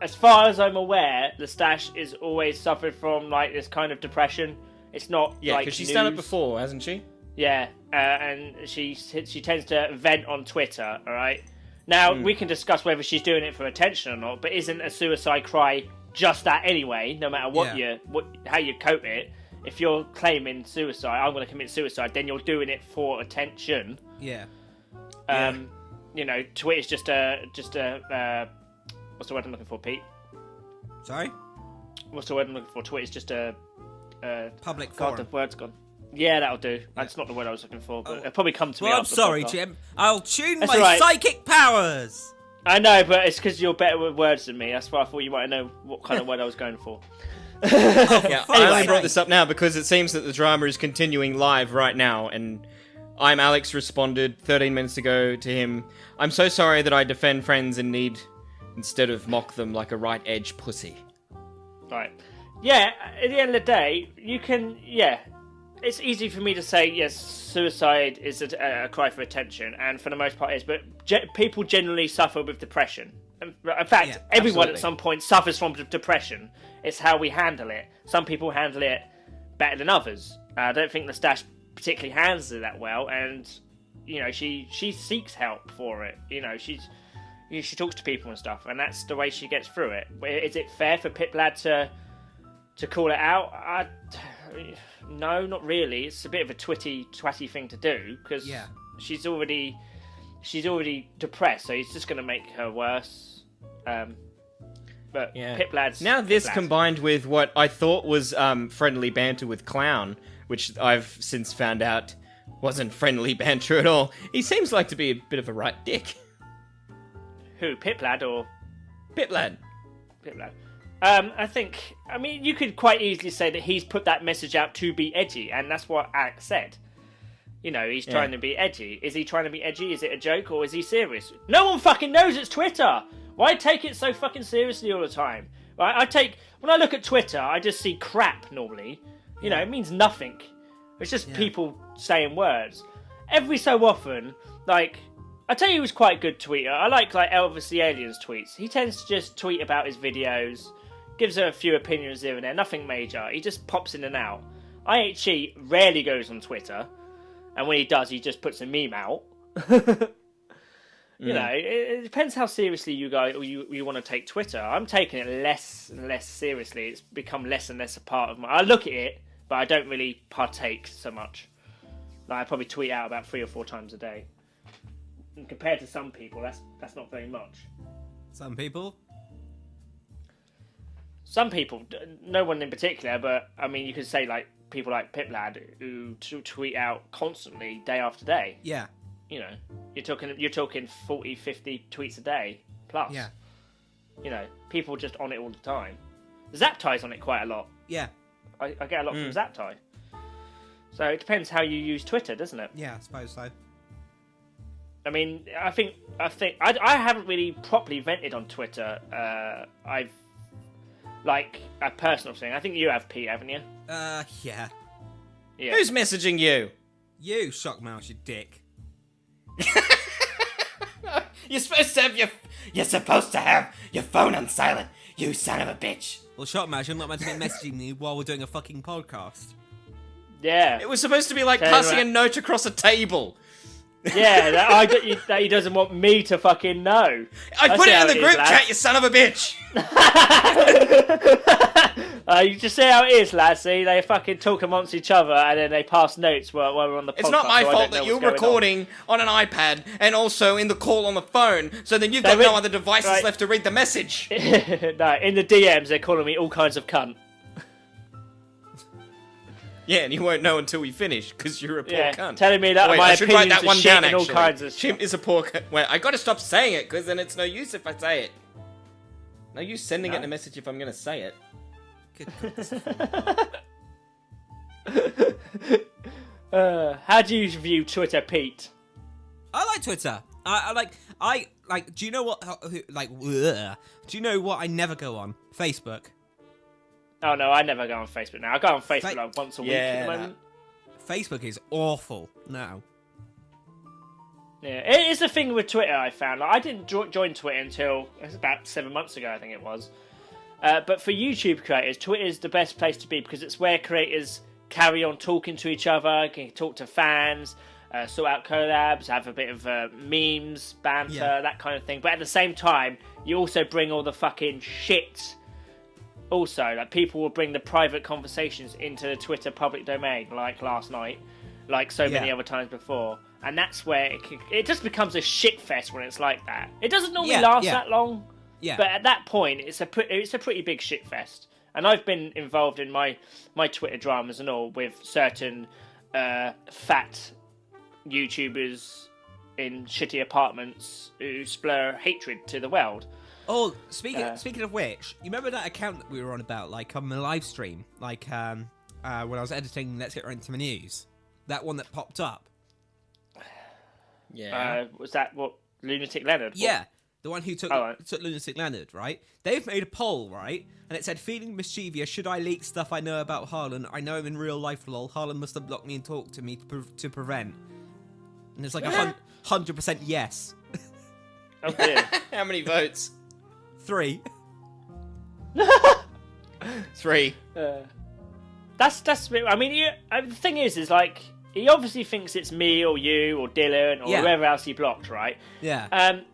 [SPEAKER 2] as far as I'm aware, Lestache is always suffered from like this kind of depression. It's not
[SPEAKER 3] Yeah,
[SPEAKER 2] like
[SPEAKER 3] because she's done it
[SPEAKER 2] news.
[SPEAKER 3] before, hasn't she?
[SPEAKER 2] Yeah, uh, and she she tends to vent on Twitter. All right. Now
[SPEAKER 1] Hmm.
[SPEAKER 2] we can discuss whether she's doing it for attention or not, but isn't a suicide cry just that anyway? No matter what
[SPEAKER 1] Yeah.
[SPEAKER 2] you what how you cope it, if you're claiming suicide, I'm going to commit suicide, then you're doing it for attention.
[SPEAKER 1] Yeah.
[SPEAKER 2] Um, you know, Twitter's just a just a uh, what's the word I'm looking for, Pete?
[SPEAKER 1] Sorry?
[SPEAKER 2] What's the word I'm looking for? Twitter's just a uh,
[SPEAKER 1] Public
[SPEAKER 2] God,
[SPEAKER 1] forum.
[SPEAKER 2] the word's gone. Yeah, that'll do. That's not the word I was looking for, but it'll probably come to me.
[SPEAKER 1] Oh. well, I'm
[SPEAKER 2] after the
[SPEAKER 1] sorry,
[SPEAKER 2] podcast.
[SPEAKER 1] Jim. I'll tune
[SPEAKER 2] That's
[SPEAKER 1] my
[SPEAKER 2] alright.
[SPEAKER 1] psychic powers.
[SPEAKER 2] I know, but it's because you're better with words than me. That's why I thought you might know what kind of word I was going for.
[SPEAKER 3] Yeah,
[SPEAKER 1] fuck's
[SPEAKER 3] I only
[SPEAKER 1] sake.
[SPEAKER 3] brought this up now because it seems that the drama is continuing live right now, and I'm Alex responded 13 minutes ago to him. I'm so sorry that I defend friends in need instead of mock them like a right edge pussy.
[SPEAKER 2] Right. Yeah, at the end of the day, you can, yeah. It's easy for me to say, yes, suicide is a, a cry for attention, and for the most part it is, but ge- people generally suffer with depression. In in fact,
[SPEAKER 1] Yeah,
[SPEAKER 2] everyone
[SPEAKER 3] absolutely.
[SPEAKER 2] at some point suffers from d- depression. It's how we handle it. Some people handle it better than others. Uh, I don't think the stash particularly handles it that well, and, you know, she, she seeks help for it. You know, she's you know, she talks to people and stuff, and that's the way she gets through it. But Is it fair for Piplad to to call it out? I, no, not really. It's a bit of a twitty, twatty thing to do because
[SPEAKER 1] Yeah.
[SPEAKER 2] she's already she's already depressed, so it's just going to make her worse. Um, but
[SPEAKER 3] Yeah.
[SPEAKER 2] Piplad's
[SPEAKER 3] Now this
[SPEAKER 2] Piplad's-
[SPEAKER 3] combined with what I thought was um, friendly banter with Clown, which I've since found out wasn't friendly banter at all. He seems like to be a bit of a right dick.
[SPEAKER 2] who Piplad or
[SPEAKER 3] Pip lad.
[SPEAKER 2] Piplad? Um, I think I mean you could quite easily say that he's put that message out to be edgy, and that's what Alex said. You know, he's trying to be edgy. Is he trying to be edgy? Is it a joke or is he serious? No one fucking knows it's Twitter. Why take it so fucking seriously all the time? Right? I take when I look at Twitter, I just see crap normally. You know, it means nothing. It's just people saying words. Every so often, like I tell you, he was quite a good tweeter. I like like Elvis the Alien's tweets. He tends to just tweet about his videos, gives her a few opinions here and there, nothing major. He just pops in and out. IHE rarely goes on Twitter and when he does, he just puts a meme out. You know, it, it depends how seriously you go or you, you want to take Twitter. I'm taking it less and less seriously. It's become less and less a part of my. I look at it, but I don't really partake so much. Like I probably tweet out about three or four times a day. And compared to some people, that's that's not very much.
[SPEAKER 1] Some people.
[SPEAKER 2] Some people, d- no one in particular, but I mean, you could say like people like Piplad who t- tweet out constantly day after day.
[SPEAKER 1] Yeah.
[SPEAKER 2] you know you're talking you're talking 40 50 tweets a day plus
[SPEAKER 1] Yeah.
[SPEAKER 2] you know people just on it all the time zaptie's on it quite a lot
[SPEAKER 1] Yeah.
[SPEAKER 2] i, I get a lot from zaptie so it depends how you use twitter doesn't it
[SPEAKER 1] Yeah, I suppose so.
[SPEAKER 2] i mean i think i think i, I haven't really properly vented on twitter uh, i've like a personal thing i think you have pete haven't you
[SPEAKER 1] Uh, yeah.
[SPEAKER 2] yeah
[SPEAKER 3] Who's messaging you?
[SPEAKER 1] You, shock mouse, you dick.
[SPEAKER 5] You're supposed to have your. You're supposed to have your phone on silent. You son of a bitch.
[SPEAKER 1] Well, shock mouse, you're not meant to be messaging me while we're doing a fucking podcast.
[SPEAKER 2] yeah
[SPEAKER 3] It was supposed to be like
[SPEAKER 2] Turn
[SPEAKER 3] passing a
[SPEAKER 2] around.
[SPEAKER 3] note across a table.
[SPEAKER 2] yeah that, I, don't- you- that he doesn't want me to fucking know
[SPEAKER 3] I
[SPEAKER 2] That's
[SPEAKER 3] put it
[SPEAKER 2] how
[SPEAKER 3] in the
[SPEAKER 2] it is,
[SPEAKER 3] group
[SPEAKER 2] lads.
[SPEAKER 3] chat, you son of a bitch.
[SPEAKER 2] Uh, you just see how it is, lads. See, they fucking talk amongst each other and then they pass notes while, while we're on the podcast.
[SPEAKER 3] It's not my
[SPEAKER 2] so I don't
[SPEAKER 3] fault
[SPEAKER 2] know
[SPEAKER 3] that
[SPEAKER 2] what's
[SPEAKER 3] you're
[SPEAKER 2] going on.
[SPEAKER 3] recording on. an iPad and also in the call on the phone, so then you've got
[SPEAKER 2] David,
[SPEAKER 3] no other devices
[SPEAKER 2] right.
[SPEAKER 3] left to read the message.
[SPEAKER 2] no, in the DMs, they're calling me all kinds of cunt.
[SPEAKER 3] yeah, and you won't know until we finish because you're a poor
[SPEAKER 2] Yeah,
[SPEAKER 3] cunt.
[SPEAKER 2] telling me that
[SPEAKER 3] Oh, wait,
[SPEAKER 2] my
[SPEAKER 3] I should write
[SPEAKER 2] opinions
[SPEAKER 3] that
[SPEAKER 2] are
[SPEAKER 3] one
[SPEAKER 2] shit
[SPEAKER 3] down.
[SPEAKER 2] and all
[SPEAKER 3] actually.
[SPEAKER 2] kinds of
[SPEAKER 3] Jim
[SPEAKER 2] stuff.
[SPEAKER 3] is a poor cunt. Wait, I got to stop saying it because then it's no use if I say it. No use sending it
[SPEAKER 2] No.
[SPEAKER 3] in a message if I'm going to say it.
[SPEAKER 2] Uh, how do you view Twitter, Pete?
[SPEAKER 1] I like Twitter. I, I like I like. Do you know what? how- who- Like, ugh. do you know what? I never go on Facebook.
[SPEAKER 2] Oh no, I never go on Facebook now. I go on Facebook
[SPEAKER 1] Fa-
[SPEAKER 2] like once a week
[SPEAKER 3] Yeah,
[SPEAKER 2] at the
[SPEAKER 3] that-
[SPEAKER 2] moment.
[SPEAKER 1] Facebook is awful now.
[SPEAKER 2] Yeah, it is the thing with Twitter. I found like, I didn't jo- join Twitter until it was about seven months ago, I think it was. Uh, but for YouTube creators, Twitter is the best place to be because it's where creators carry on talking to each other, can talk to fans, uh, sort out collabs, have a bit of uh, memes, banter,
[SPEAKER 1] Yeah.
[SPEAKER 2] that kind of thing. But at the same time, you also bring all the fucking shit. Also, like people will bring the private conversations into the Twitter public domain, like last night, like so many
[SPEAKER 1] Yeah.
[SPEAKER 2] other times before. And that's where it, can, it just becomes a shit fest when it's like that. It doesn't normally
[SPEAKER 1] Yeah,
[SPEAKER 2] last
[SPEAKER 1] yeah.
[SPEAKER 2] that long.
[SPEAKER 1] Yeah.
[SPEAKER 2] But at that point, it's a pre- it's a pretty big shit fest, and I've been involved in my my Twitter dramas and all with certain uh, fat YouTubers in shitty apartments who splur hatred to the world.
[SPEAKER 1] Oh, speaking
[SPEAKER 2] Uh,
[SPEAKER 1] speaking of which, you remember that account that we were on about, like on the live stream, like um, uh, when I was editing Let's Get Right into the News, that one that popped up.
[SPEAKER 3] Yeah.
[SPEAKER 2] Uh, was that what lunatic Leonard?
[SPEAKER 1] Uh-huh. Yeah, the one who took
[SPEAKER 2] Alright.
[SPEAKER 1] took lunatic Leonard, right? They've made a poll, right, and it said, "Feeling mischievous? Should I leak stuff I know about Harlan? I know him in real life. Lol. Harlan must have blocked me and talked to me to, pre- to prevent." And it's like a hundred percent yes,
[SPEAKER 2] Oh dear.
[SPEAKER 3] How many votes?
[SPEAKER 1] three.
[SPEAKER 3] Three.
[SPEAKER 2] Uh, that's that's. I mean, you, uh, the thing is, is like he obviously thinks it's me or you or Dylan or
[SPEAKER 1] Yeah.
[SPEAKER 2] whoever else he blocked, right?
[SPEAKER 1] Yeah,
[SPEAKER 2] Um,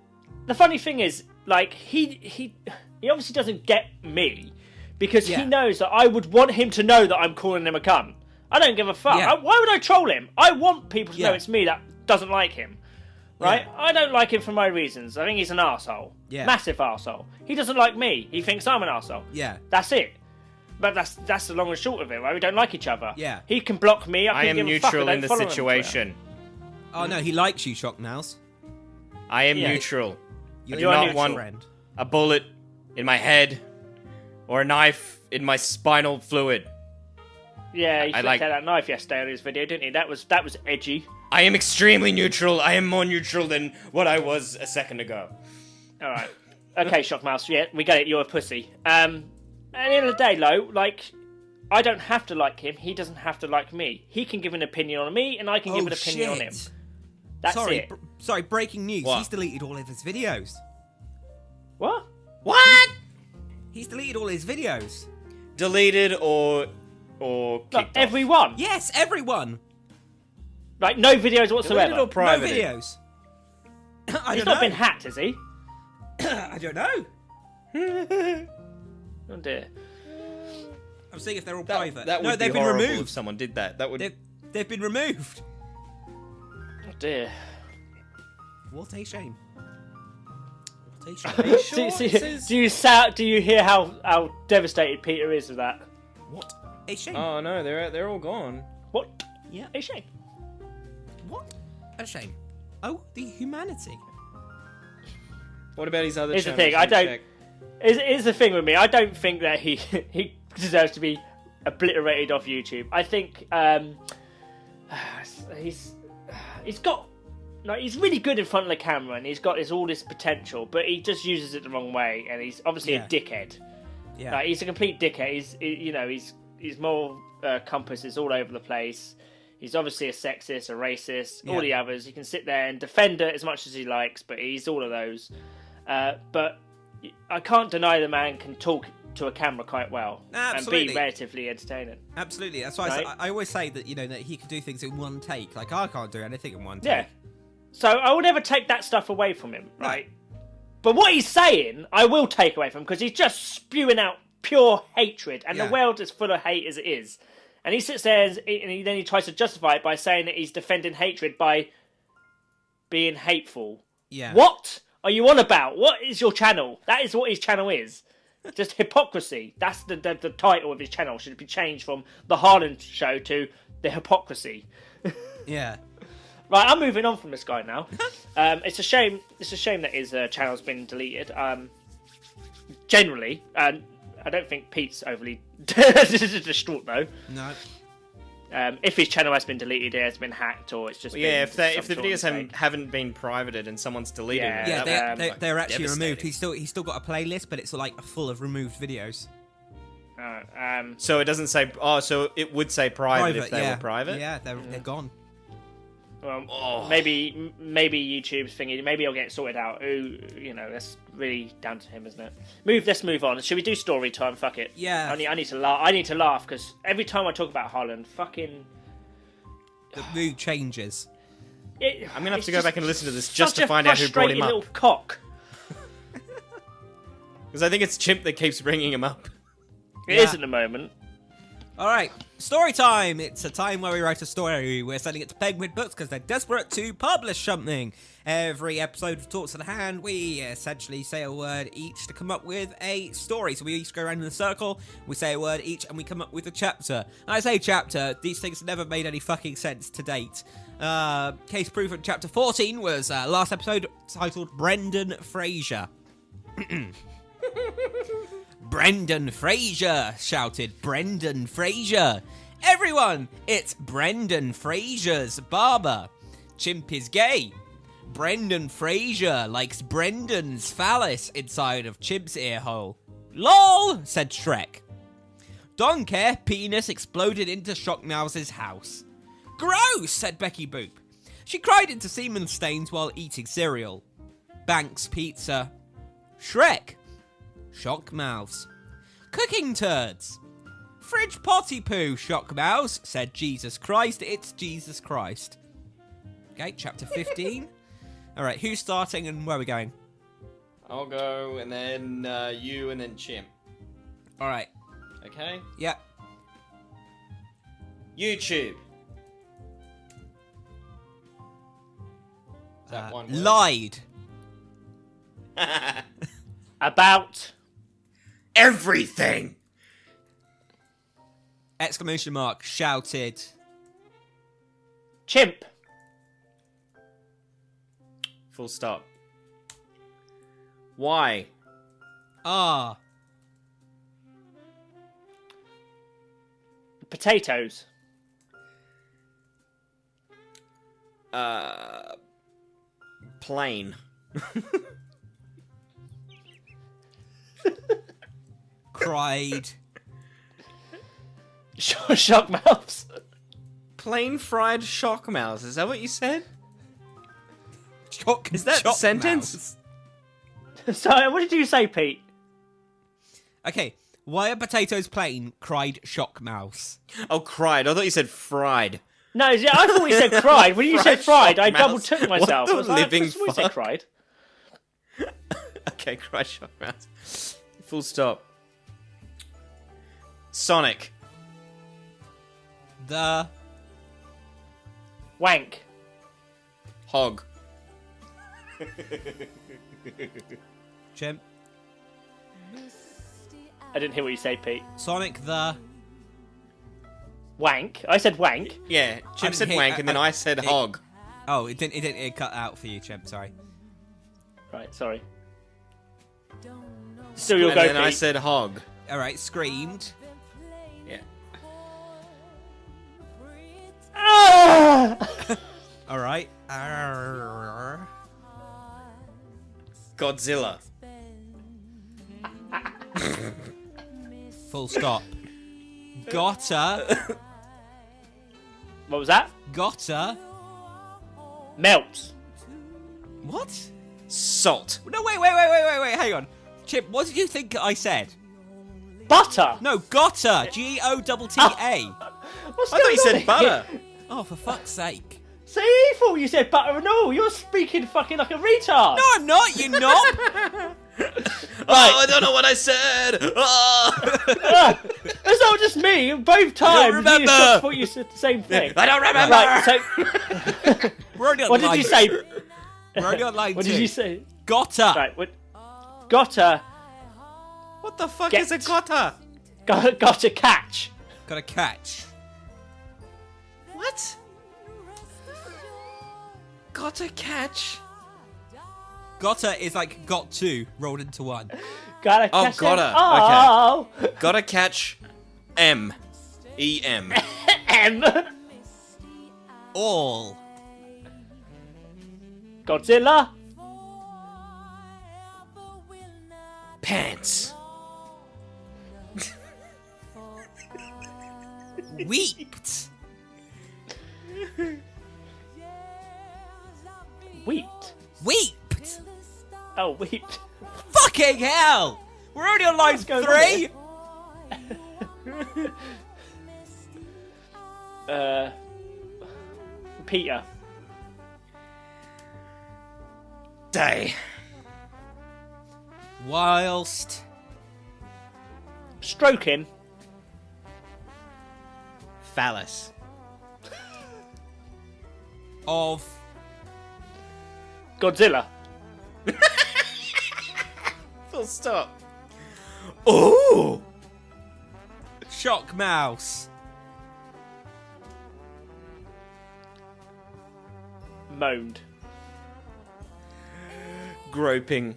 [SPEAKER 2] the funny thing is, like he he he obviously doesn't get me because
[SPEAKER 1] Yeah.
[SPEAKER 2] he knows that I would want him to know that I'm calling him a cunt. I don't give a fuck.
[SPEAKER 1] Yeah.
[SPEAKER 2] I, why would I troll him? I want people to know
[SPEAKER 1] Yeah.
[SPEAKER 2] it's me that doesn't like him. Right? I don't like him for my reasons. I think he's an asshole.
[SPEAKER 1] Yeah.
[SPEAKER 2] Massive asshole. He doesn't like me. He thinks I'm an asshole.
[SPEAKER 1] yeah,
[SPEAKER 2] That's it. But that's that's the long and short of it, right? We don't like each other.
[SPEAKER 1] Yeah.
[SPEAKER 2] He can block me. I,
[SPEAKER 3] I
[SPEAKER 2] can
[SPEAKER 3] am
[SPEAKER 2] give a fuck. I
[SPEAKER 3] neutral
[SPEAKER 2] don't
[SPEAKER 3] in the
[SPEAKER 2] follow him on Twitter.
[SPEAKER 3] situation.
[SPEAKER 1] Oh no, he likes you, Shock Mouse.
[SPEAKER 3] I am
[SPEAKER 2] Yeah.
[SPEAKER 3] neutral.
[SPEAKER 1] You're
[SPEAKER 2] do not
[SPEAKER 1] his
[SPEAKER 3] want-
[SPEAKER 1] friend.
[SPEAKER 3] A bullet in my head, or a knife in my spinal fluid.
[SPEAKER 2] Yeah, he
[SPEAKER 3] I
[SPEAKER 2] flicked
[SPEAKER 3] like-
[SPEAKER 2] out that knife yesterday on his video, didn't he? That was that was edgy.
[SPEAKER 3] I am extremely neutral. I am more neutral than what I was a second ago.
[SPEAKER 2] All right. Okay, Shockmouse. Yeah, we get it. You're a pussy. Um, at the end of the day, though, like, I don't have to like him. He doesn't have to like me. He can give an opinion on me, and I can give
[SPEAKER 1] Oh,
[SPEAKER 2] an opinion on him.
[SPEAKER 1] shit.
[SPEAKER 2] That's
[SPEAKER 1] sorry,
[SPEAKER 2] it.
[SPEAKER 1] br- sorry. Breaking news:
[SPEAKER 3] What?
[SPEAKER 1] He's deleted all of his videos.
[SPEAKER 2] What?
[SPEAKER 3] What?
[SPEAKER 1] He's deleted all his videos.
[SPEAKER 3] Deleted or or kicked
[SPEAKER 2] Like,
[SPEAKER 3] off?
[SPEAKER 2] everyone.
[SPEAKER 1] Yes, everyone.
[SPEAKER 2] Like, no videos
[SPEAKER 3] Deleted or
[SPEAKER 2] whatsoever.
[SPEAKER 3] private?
[SPEAKER 1] No videos. I
[SPEAKER 2] He's
[SPEAKER 1] don't
[SPEAKER 2] not
[SPEAKER 1] know.
[SPEAKER 2] been hacked, has he?
[SPEAKER 1] I don't know.
[SPEAKER 2] Oh dear.
[SPEAKER 1] I'm seeing if they're all private.
[SPEAKER 3] That, that
[SPEAKER 1] no,
[SPEAKER 3] would
[SPEAKER 1] they've
[SPEAKER 3] be
[SPEAKER 1] been
[SPEAKER 3] horrible if
[SPEAKER 1] removed.
[SPEAKER 3] someone did that. That would.
[SPEAKER 1] They've, they've been removed.
[SPEAKER 2] Oh dear.
[SPEAKER 1] What a shame. What a shame.
[SPEAKER 2] Do you, see, do you sound, Do you hear how how devastated Peter is with that?
[SPEAKER 1] what a shame.
[SPEAKER 3] Oh no, they're they're all gone.
[SPEAKER 2] What?
[SPEAKER 1] Yeah.
[SPEAKER 2] Hey, Shane.
[SPEAKER 1] What a shame. Oh, the humanity.
[SPEAKER 3] What about his other?
[SPEAKER 2] Here's the
[SPEAKER 3] channels?
[SPEAKER 2] thing, I
[SPEAKER 3] Let me
[SPEAKER 2] don't-
[SPEAKER 3] check.
[SPEAKER 2] is, is the thing with me. I don't think that he he deserves to be obliterated off YouTube. I think um, he's he's got no, he's really good in front of the camera and he's got this, all this potential, but he just uses it the wrong way and he's obviously
[SPEAKER 1] Yeah.
[SPEAKER 2] a dickhead.
[SPEAKER 1] Yeah.
[SPEAKER 2] Like, he's a complete dickhead. He's he, you know he's his moral uh, compass is all over the place. He's obviously a sexist, a racist, all
[SPEAKER 1] Yeah.
[SPEAKER 2] the others. He can sit there and defend it as much as he likes, but he's all of those. Uh, but I can't deny the man can talk to a camera quite well and
[SPEAKER 1] Absolutely.
[SPEAKER 2] be relatively entertaining.
[SPEAKER 1] Absolutely. That's why I s-
[SPEAKER 2] Right?
[SPEAKER 1] I, I always say that you know that he can do things in one take. Like I can't do anything in one take.
[SPEAKER 2] Yeah. So I will never take that stuff away from him,
[SPEAKER 1] Right.
[SPEAKER 2] right? But what he's saying, I will take away from him because he's just spewing out pure hatred, and
[SPEAKER 1] Yeah.
[SPEAKER 2] the world is full of hate as it is. And he sits there and, and he, then he tries to justify it by saying that he's defending hatred by being hateful.
[SPEAKER 1] Yeah.
[SPEAKER 2] What are you on about? What is your channel? That is what his channel is. Just hypocrisy. That's the, the the title of his channel. Should be changed from the Harlan Show to the hypocrisy.
[SPEAKER 1] Yeah.
[SPEAKER 2] Right, I'm moving on from this guy now. um, it's a shame. It's a shame that his uh, channel's been deleted. Um, generally, and I don't think Pete's overly distraught though.
[SPEAKER 1] No.
[SPEAKER 2] Um, if his channel has been deleted, it has been hacked, or it's just been
[SPEAKER 3] Yeah, if they,
[SPEAKER 2] some
[SPEAKER 3] if the
[SPEAKER 2] sort of
[SPEAKER 3] videos haven't
[SPEAKER 2] mistake.
[SPEAKER 3] haven't been privated and someone's deleted,
[SPEAKER 2] Yeah.
[SPEAKER 1] Yeah,
[SPEAKER 3] them, that
[SPEAKER 1] they,
[SPEAKER 3] would
[SPEAKER 2] um,
[SPEAKER 3] be
[SPEAKER 1] they,
[SPEAKER 3] fucking
[SPEAKER 1] they're actually
[SPEAKER 3] devastating.
[SPEAKER 1] removed. He's still he's still got a playlist, but it's like full of removed videos.
[SPEAKER 2] Uh, um,
[SPEAKER 3] So it doesn't say. Oh, so it would say private, if they
[SPEAKER 1] yeah.
[SPEAKER 3] were private.
[SPEAKER 1] Yeah, they're, they're gone.
[SPEAKER 2] Well, Um,
[SPEAKER 3] Oh.
[SPEAKER 2] maybe m- maybe YouTube's thingy. Maybe I'll get it sorted out. Who you know? That's really down to him, isn't it? Move. Let's move on. Should we do story time? Fuck it.
[SPEAKER 1] Yeah.
[SPEAKER 2] I need, I need to laugh. I need to laugh because every time I talk about Holland, fucking.
[SPEAKER 1] The mood changes.
[SPEAKER 2] It,
[SPEAKER 3] I'm gonna have
[SPEAKER 2] it's
[SPEAKER 3] to go
[SPEAKER 2] just
[SPEAKER 3] back and listen to this just
[SPEAKER 2] such
[SPEAKER 3] to
[SPEAKER 2] a
[SPEAKER 3] find out who brought him
[SPEAKER 2] frustrating
[SPEAKER 3] up.
[SPEAKER 2] Little cock.
[SPEAKER 3] Because I think it's Chimp that keeps bringing him up.
[SPEAKER 2] It
[SPEAKER 1] Yeah.
[SPEAKER 2] is in the moment.
[SPEAKER 1] All right, story time. It's a time where we write a story. We're sending it to Penguin Books because they're desperate to publish something. Every episode of Talks to the Hand, we essentially say a word each to come up with a story. So we each go around in a circle, we say a word each, and we come up with a chapter. I say chapter, these things never made any fucking sense to date. Uh, case proof at chapter 14 was uh, last episode titled Brendan Fraser. Brendan Fraser shouted Brendan Fraser. Everyone, it's Brendan Fraser's barber. Chimp is gay. Brendan Fraser likes Brendan's phallus inside of Chimp's ear hole. LOL, said Shrek. Don't care, penis exploded into Shockmouse's house. Gross, said Becky Boop. She cried into semen stains while eating cereal. Banks Pizza. Shrek, Shock mouths. Cooking turds. Fridge potty poo, shock mouse, said Jesus Christ. It's Jesus Christ. Okay, chapter 15. All right, who's starting and where are we going?
[SPEAKER 3] I'll go, and then uh, you, and then Chimp.
[SPEAKER 1] All right,
[SPEAKER 3] Okay.
[SPEAKER 1] yeah.
[SPEAKER 3] YouTube. Is that
[SPEAKER 1] Uh,
[SPEAKER 3] one word?
[SPEAKER 1] lied.
[SPEAKER 2] About
[SPEAKER 3] Everything.
[SPEAKER 1] Exclamation mark, shouted.
[SPEAKER 2] chimp.
[SPEAKER 3] Full stop. Why?
[SPEAKER 1] Ah,
[SPEAKER 2] Potatoes.
[SPEAKER 3] Uh, plain.
[SPEAKER 1] cried.
[SPEAKER 2] Shock mouths.
[SPEAKER 3] Plain fried shock mouse. Is that what you said?
[SPEAKER 1] Shock,
[SPEAKER 3] Is that the
[SPEAKER 1] shock
[SPEAKER 3] sentence?
[SPEAKER 1] mouse.
[SPEAKER 2] Sorry, what did you say, Pete?
[SPEAKER 1] Okay, why are potatoes plain? Cried Shock Mouse.
[SPEAKER 3] Oh, cried. I thought you said fried.
[SPEAKER 2] No, yeah, I thought we said cried. When you said
[SPEAKER 3] Fried
[SPEAKER 2] fried, I
[SPEAKER 3] shock
[SPEAKER 2] double
[SPEAKER 3] mouse.
[SPEAKER 2] took
[SPEAKER 3] What
[SPEAKER 2] myself.
[SPEAKER 3] the
[SPEAKER 2] I was like,
[SPEAKER 3] living
[SPEAKER 2] "That's what we said
[SPEAKER 3] fuck?"
[SPEAKER 2] cried.
[SPEAKER 3] Okay, cried shock mouse. Full stop. Sonic.
[SPEAKER 1] The
[SPEAKER 2] Wank.
[SPEAKER 3] Hog.
[SPEAKER 1] chimp.
[SPEAKER 2] I didn't hear what you said, Pete.
[SPEAKER 1] Sonic the.
[SPEAKER 2] Wank. I said wank.
[SPEAKER 3] Yeah, Chip
[SPEAKER 1] didn't
[SPEAKER 3] said
[SPEAKER 1] hear-
[SPEAKER 3] wank,
[SPEAKER 1] I-
[SPEAKER 3] and then
[SPEAKER 1] I-
[SPEAKER 3] I said
[SPEAKER 1] it-
[SPEAKER 3] hog.
[SPEAKER 1] Oh, it didn't. It didn't. It cut out for you, chimp. Sorry.
[SPEAKER 2] Right, sorry.
[SPEAKER 4] Don't know
[SPEAKER 2] So you'll
[SPEAKER 3] and
[SPEAKER 2] go,
[SPEAKER 3] then I
[SPEAKER 2] Pete.
[SPEAKER 3] said hog.
[SPEAKER 1] All right, screamed.
[SPEAKER 4] been playing
[SPEAKER 3] Yeah.
[SPEAKER 4] pretend
[SPEAKER 2] Ah!
[SPEAKER 1] All right. Arrrr.
[SPEAKER 3] Godzilla.
[SPEAKER 1] Full stop. Gotta.
[SPEAKER 2] what was that?
[SPEAKER 1] Gotta.
[SPEAKER 2] Melt.
[SPEAKER 1] What?
[SPEAKER 3] Salt.
[SPEAKER 1] No, wait, wait, wait, wait, wait, wait. Hang on. Chip, what did you think I said?
[SPEAKER 2] Butter.
[SPEAKER 1] No, gotta. G O double T A.
[SPEAKER 2] What's
[SPEAKER 3] I thought you
[SPEAKER 2] going on
[SPEAKER 3] said
[SPEAKER 2] here?
[SPEAKER 3] butter.
[SPEAKER 1] Oh, for fuck's sake.
[SPEAKER 2] See, I thought you said butter and all. You're speaking fucking like a retard.
[SPEAKER 1] No, I'm not, you knob.
[SPEAKER 3] Oh, I don't know what I said. Oh,
[SPEAKER 2] Ah! It's not just me. Both times, you
[SPEAKER 3] remember.
[SPEAKER 2] just thought you said the same thing.
[SPEAKER 3] I don't remember.
[SPEAKER 2] Right. So,
[SPEAKER 1] We're already on
[SPEAKER 2] what did
[SPEAKER 1] line
[SPEAKER 2] you say?
[SPEAKER 1] We're already on line
[SPEAKER 2] What
[SPEAKER 1] two.
[SPEAKER 2] did you say?
[SPEAKER 1] Gotta.
[SPEAKER 2] Right. What? Gotta.
[SPEAKER 3] What the fuck
[SPEAKER 2] Get.
[SPEAKER 3] is a gotta?
[SPEAKER 2] Gotta. Gotta catch.
[SPEAKER 1] Gotta catch.
[SPEAKER 3] What? Gotta catch.
[SPEAKER 1] Gotta is like got two rolled into one.
[SPEAKER 2] Gotta
[SPEAKER 3] Oh,
[SPEAKER 2] catch.
[SPEAKER 3] gotta.
[SPEAKER 2] them
[SPEAKER 3] Okay.
[SPEAKER 2] all.
[SPEAKER 3] Gotta catch. M. E M.
[SPEAKER 2] M.
[SPEAKER 1] All.
[SPEAKER 2] Godzilla.
[SPEAKER 3] Pants.
[SPEAKER 1] Weeped.
[SPEAKER 2] Wheat.
[SPEAKER 1] Weeped.
[SPEAKER 2] Oh, wheat.
[SPEAKER 1] Fucking hell! We're already on line
[SPEAKER 2] What's going on
[SPEAKER 1] three.
[SPEAKER 2] Uh, Peter.
[SPEAKER 3] Day.
[SPEAKER 1] Whilst
[SPEAKER 2] Stroking.
[SPEAKER 1] phallus of
[SPEAKER 2] Godzilla.
[SPEAKER 3] Full stop. Oh.
[SPEAKER 1] shock mouse
[SPEAKER 2] Moaned.
[SPEAKER 3] Groping.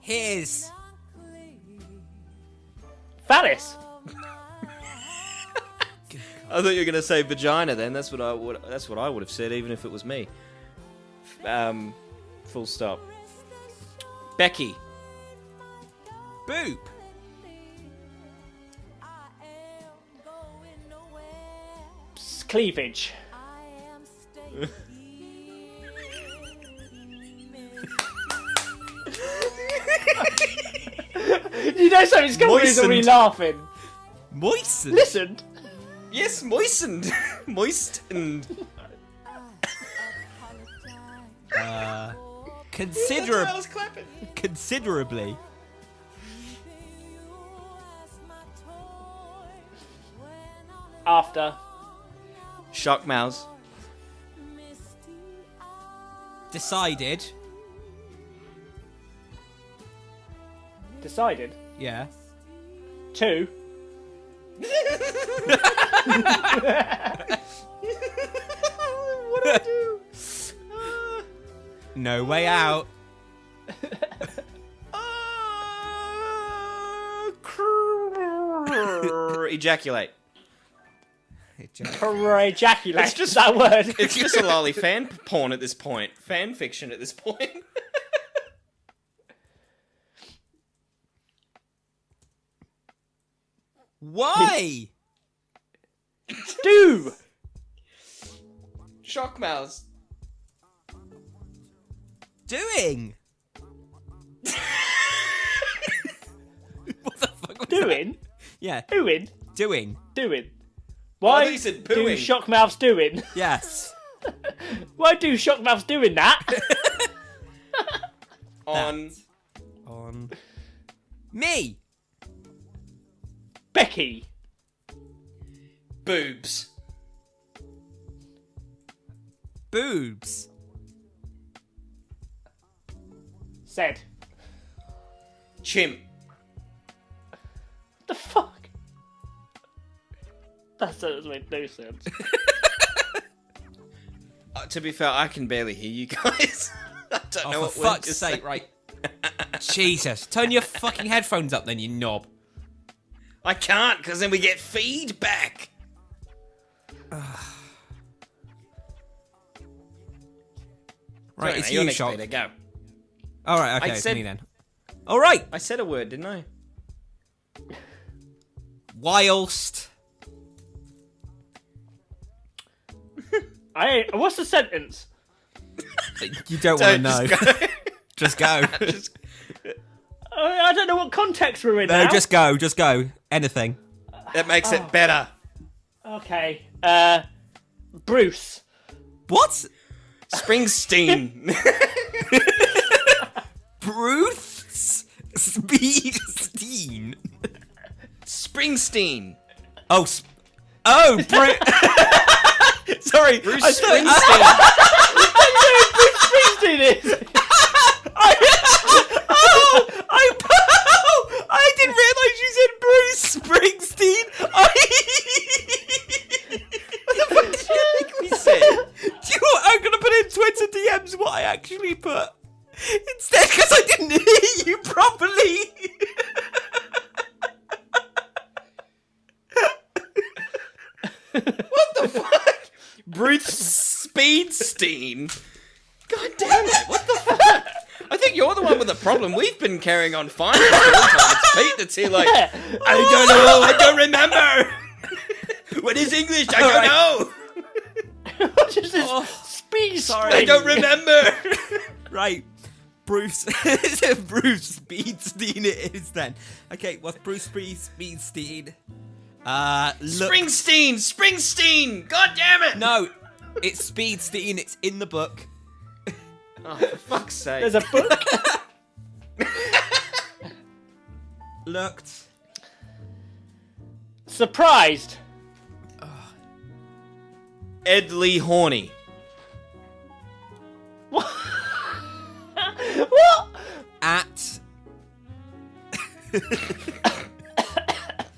[SPEAKER 1] his
[SPEAKER 2] Phallus.
[SPEAKER 3] I thought you were gonna say vagina. Then that's what I would. That's what I would have said, even if it was me. Um, full stop. Becky.
[SPEAKER 1] boop
[SPEAKER 2] S- Cleavage. you know something's going to
[SPEAKER 3] Moistened.
[SPEAKER 2] be laughing.
[SPEAKER 1] moistened.
[SPEAKER 2] Listened.
[SPEAKER 3] Yes, moistened, moistened.
[SPEAKER 1] Uh, considerab-
[SPEAKER 3] clapping.
[SPEAKER 1] considerably
[SPEAKER 2] After.
[SPEAKER 3] Shock mouse.
[SPEAKER 1] decided.
[SPEAKER 2] Decided.
[SPEAKER 1] Yeah.
[SPEAKER 2] Two.
[SPEAKER 1] No way out.
[SPEAKER 3] Ejaculate.
[SPEAKER 2] Ejaculate. It's just that word.
[SPEAKER 3] It's just a lolly fan porn at this point. Fan fiction at this point.
[SPEAKER 1] Why?
[SPEAKER 2] Do.
[SPEAKER 3] Shock mouse.
[SPEAKER 1] Doing. what the fuck? was that?
[SPEAKER 2] Doing.
[SPEAKER 1] Yeah.
[SPEAKER 2] Doing.
[SPEAKER 1] Doing.
[SPEAKER 2] Doing.
[SPEAKER 3] I
[SPEAKER 2] Why
[SPEAKER 3] thought you said
[SPEAKER 2] do
[SPEAKER 3] pooing.
[SPEAKER 2] shock mouths doing?
[SPEAKER 1] Yes.
[SPEAKER 2] Why do shock mouths doing that?
[SPEAKER 3] On
[SPEAKER 1] On me.
[SPEAKER 2] Becky.
[SPEAKER 3] boobs.
[SPEAKER 1] Boobs.
[SPEAKER 2] Said.
[SPEAKER 3] Chimp.
[SPEAKER 2] The fuck? That sentence made no sense.
[SPEAKER 3] Uh, to be fair, I can barely hear you guys. I don't know
[SPEAKER 1] Oh,
[SPEAKER 3] what
[SPEAKER 1] for
[SPEAKER 3] word
[SPEAKER 1] fuck's
[SPEAKER 3] to
[SPEAKER 1] sake,
[SPEAKER 3] say.
[SPEAKER 1] right. Jesus. Turn your fucking headphones up then, you knob.
[SPEAKER 3] I can't, because then we get feedback.
[SPEAKER 1] Right,
[SPEAKER 3] Sorry,
[SPEAKER 1] it's
[SPEAKER 3] mate, you're
[SPEAKER 1] you,
[SPEAKER 3] next,
[SPEAKER 1] Shock.
[SPEAKER 3] Peter, Go.
[SPEAKER 1] All right, okay,
[SPEAKER 3] I
[SPEAKER 1] it's
[SPEAKER 3] said-
[SPEAKER 1] me then. All right.
[SPEAKER 3] I said a word, didn't I?
[SPEAKER 1] Whilst
[SPEAKER 2] I. What's the sentence?
[SPEAKER 1] you don't want to
[SPEAKER 3] Don't,
[SPEAKER 1] know,
[SPEAKER 3] just go.
[SPEAKER 1] just go.
[SPEAKER 3] Just-
[SPEAKER 2] I, I don't know what context we're in
[SPEAKER 1] no,
[SPEAKER 2] now.
[SPEAKER 1] just go, just go. Anything.
[SPEAKER 3] that makes it better.
[SPEAKER 2] Okay. Uh, Bruce.
[SPEAKER 1] What?
[SPEAKER 3] Springsteen.
[SPEAKER 1] Bruce Speedstein.
[SPEAKER 3] Springsteen.
[SPEAKER 1] Oh, sp- oh, Bru- sorry.
[SPEAKER 3] Bruce
[SPEAKER 1] I thought-
[SPEAKER 2] Please
[SPEAKER 3] Springsteen.
[SPEAKER 2] do this.
[SPEAKER 1] oh, I, oh, I didn't realize you said Bruce Springsteen. I- what the fuck did you think we
[SPEAKER 3] said?
[SPEAKER 1] Do you know what? I'm gonna put in Twitter DMs what I actually put instead because I didn't hear you properly.
[SPEAKER 3] what the fuck? Bruce Speedstein. God damn it! What the fuck? I think you're the one with the problem. We've been carrying on fine. for a long time. It's Pete that's here, like I don't know. I don't remember. what is English? I don't know.
[SPEAKER 2] just this
[SPEAKER 1] Oh,
[SPEAKER 2] speed
[SPEAKER 1] Sorry,
[SPEAKER 2] sprint.
[SPEAKER 1] I don't remember. right, Bruce. Bruce Speedstein it is then. Okay, what's Bruce Speed Speedstein? Uh, look.
[SPEAKER 3] Springsteen! Springsteen! God damn it!
[SPEAKER 1] No, it's Speedstein. It's in the book.
[SPEAKER 3] Oh, for fuck's sake.
[SPEAKER 2] There's a book.
[SPEAKER 1] Looked.
[SPEAKER 2] Surprised.
[SPEAKER 3] Edley Horny.
[SPEAKER 2] What? what?
[SPEAKER 1] at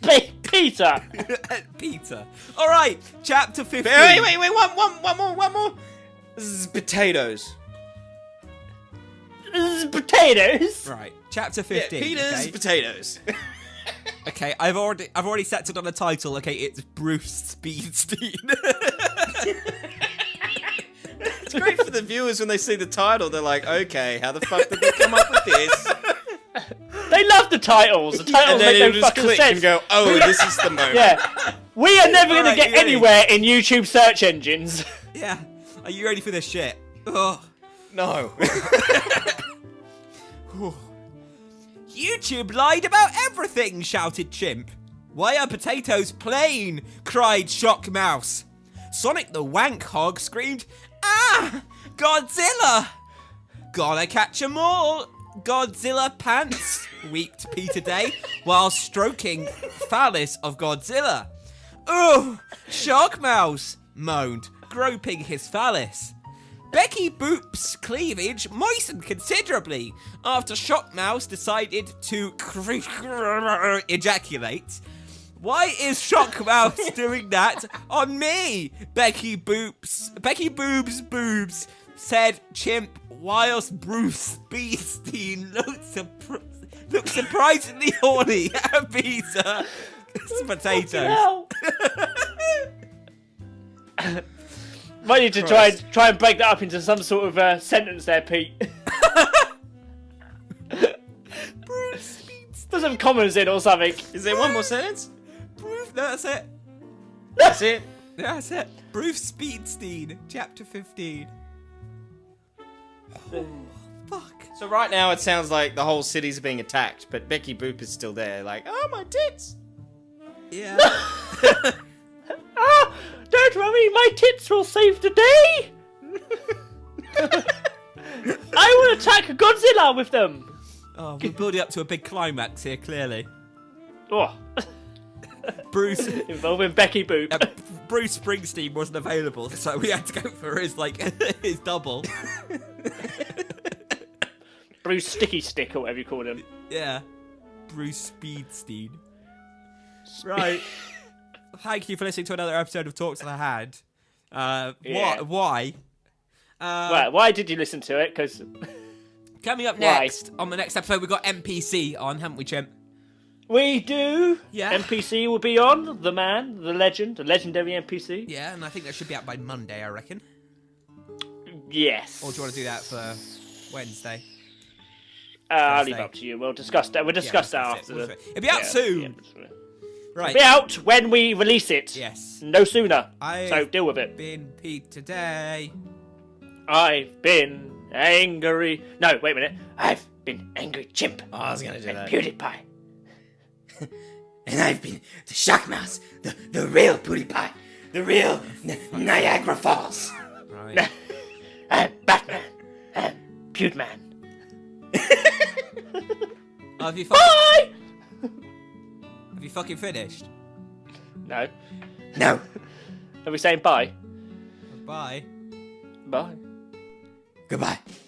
[SPEAKER 2] Pe- Peter.
[SPEAKER 1] at Peter. All right, chapter 15.
[SPEAKER 3] Wait, wait, wait, one, one, one more, one more. Z- potatoes.
[SPEAKER 2] Z- Potatoes.
[SPEAKER 1] Right, chapter
[SPEAKER 3] Yeah,
[SPEAKER 1] 15.
[SPEAKER 3] Peter's
[SPEAKER 1] okay?
[SPEAKER 3] potatoes.
[SPEAKER 1] okay, I've already I've already settled on a title. Okay, it's Bruce Speedstein.
[SPEAKER 3] it's great for the viewers when they see the title. They're like, okay, how the fuck did they come up with this?
[SPEAKER 2] They love the titles. The
[SPEAKER 3] and
[SPEAKER 2] titles
[SPEAKER 3] then
[SPEAKER 2] make
[SPEAKER 3] it'll
[SPEAKER 2] no
[SPEAKER 3] just
[SPEAKER 2] fucking
[SPEAKER 3] click
[SPEAKER 2] sense.
[SPEAKER 3] and go, oh, this is the moment.
[SPEAKER 2] yeah. We are never going
[SPEAKER 1] Alright,
[SPEAKER 2] to get
[SPEAKER 1] you ready?
[SPEAKER 2] anywhere in YouTube search engines.
[SPEAKER 1] yeah. Are you ready for this shit? Oh.
[SPEAKER 3] No.
[SPEAKER 1] YouTube lied about everything, shouted Chimp. Why are potatoes plain? cried Shock Mouse. Sonic the Wank Hog screamed, Ah! Godzilla! Gotta catch 'em all! Godzilla pants, weeped Peter Day while stroking phallus of Godzilla. Ugh! Shark Mouse! moaned, groping his phallus. Becky Boop's cleavage moistened considerably after Shock Mouse decided to ejaculate. Why is Shock Mouse doing that on me? Becky Boop's Becky Boob's boobs said chimp whilst Bruce Beestein looked, surpri- looked surprisingly horny at Peter. It's potatoes.
[SPEAKER 2] No. Might need to try and try and break that up into some sort of uh, sentence there, Pete. Put some commas in or something.
[SPEAKER 3] Is there one more sentence?
[SPEAKER 1] Bruce, no, that's it.
[SPEAKER 3] That's it.
[SPEAKER 1] Yeah, That's it. Bruce Speedstein, chapter 15. Oh, fuck.
[SPEAKER 3] So right now it sounds like the whole city's being attacked, but Becky Boop is still there, like, oh my tits.
[SPEAKER 1] Yeah.
[SPEAKER 2] Ah, don't worry, my tits will save the day. I will attack Godzilla with them.
[SPEAKER 1] oh, we're building up to a big climax here, clearly.
[SPEAKER 2] Oh,
[SPEAKER 1] Bruce.
[SPEAKER 2] involving Becky Boop.
[SPEAKER 1] uh, Bruce Springsteen wasn't available, so we had to go for his like his double.
[SPEAKER 2] Bruce Sticky Stick or whatever you call him.
[SPEAKER 1] Yeah, Bruce Speedstein. Right. Thank you for listening to another episode of Talks to the Hand. Uh,
[SPEAKER 2] Yeah.
[SPEAKER 1] what? Why? Uh,
[SPEAKER 2] Right, why did you listen to it? Because
[SPEAKER 1] Coming up
[SPEAKER 2] Why?
[SPEAKER 1] next on the next episode, we've got NPC on, haven't we, Chimp?
[SPEAKER 2] we do.
[SPEAKER 1] Yeah.
[SPEAKER 2] NPC will be on the man, the legend, the legendary NPC.
[SPEAKER 1] Yeah, and I think that should be out by Monday, I reckon.
[SPEAKER 2] Yes.
[SPEAKER 1] Or do you want to do that for Wednesday?
[SPEAKER 2] Uh, I'll
[SPEAKER 1] Thursday?
[SPEAKER 2] leave it up to you. We'll discuss that. We'll
[SPEAKER 1] Yeah,
[SPEAKER 2] discuss
[SPEAKER 1] that's it.
[SPEAKER 2] that after
[SPEAKER 1] We'll
[SPEAKER 2] the.
[SPEAKER 1] do it. It'll be out
[SPEAKER 2] yeah, yeah,
[SPEAKER 1] soon,
[SPEAKER 2] that's right.
[SPEAKER 1] right?
[SPEAKER 2] Be out when we release it.
[SPEAKER 1] Yes.
[SPEAKER 2] No sooner.
[SPEAKER 1] I've
[SPEAKER 2] So deal with it.
[SPEAKER 1] Been Pete today.
[SPEAKER 2] I've been angry. No, wait a minute. I've been angry chimp
[SPEAKER 3] Oh, I was gonna do
[SPEAKER 2] and
[SPEAKER 3] that.
[SPEAKER 2] PewDiePie.
[SPEAKER 5] And I've been the shock mouse, the, the real PewDiePie, the real Ni- Niagara Falls.
[SPEAKER 1] Right.
[SPEAKER 2] I'm Batman. I'm Pewdman.
[SPEAKER 1] have you fucking,
[SPEAKER 2] Bye.
[SPEAKER 1] have you fucking finished?
[SPEAKER 2] No.
[SPEAKER 5] No,
[SPEAKER 2] Are we saying bye?
[SPEAKER 1] Bye.
[SPEAKER 2] Bye.
[SPEAKER 5] goodbye.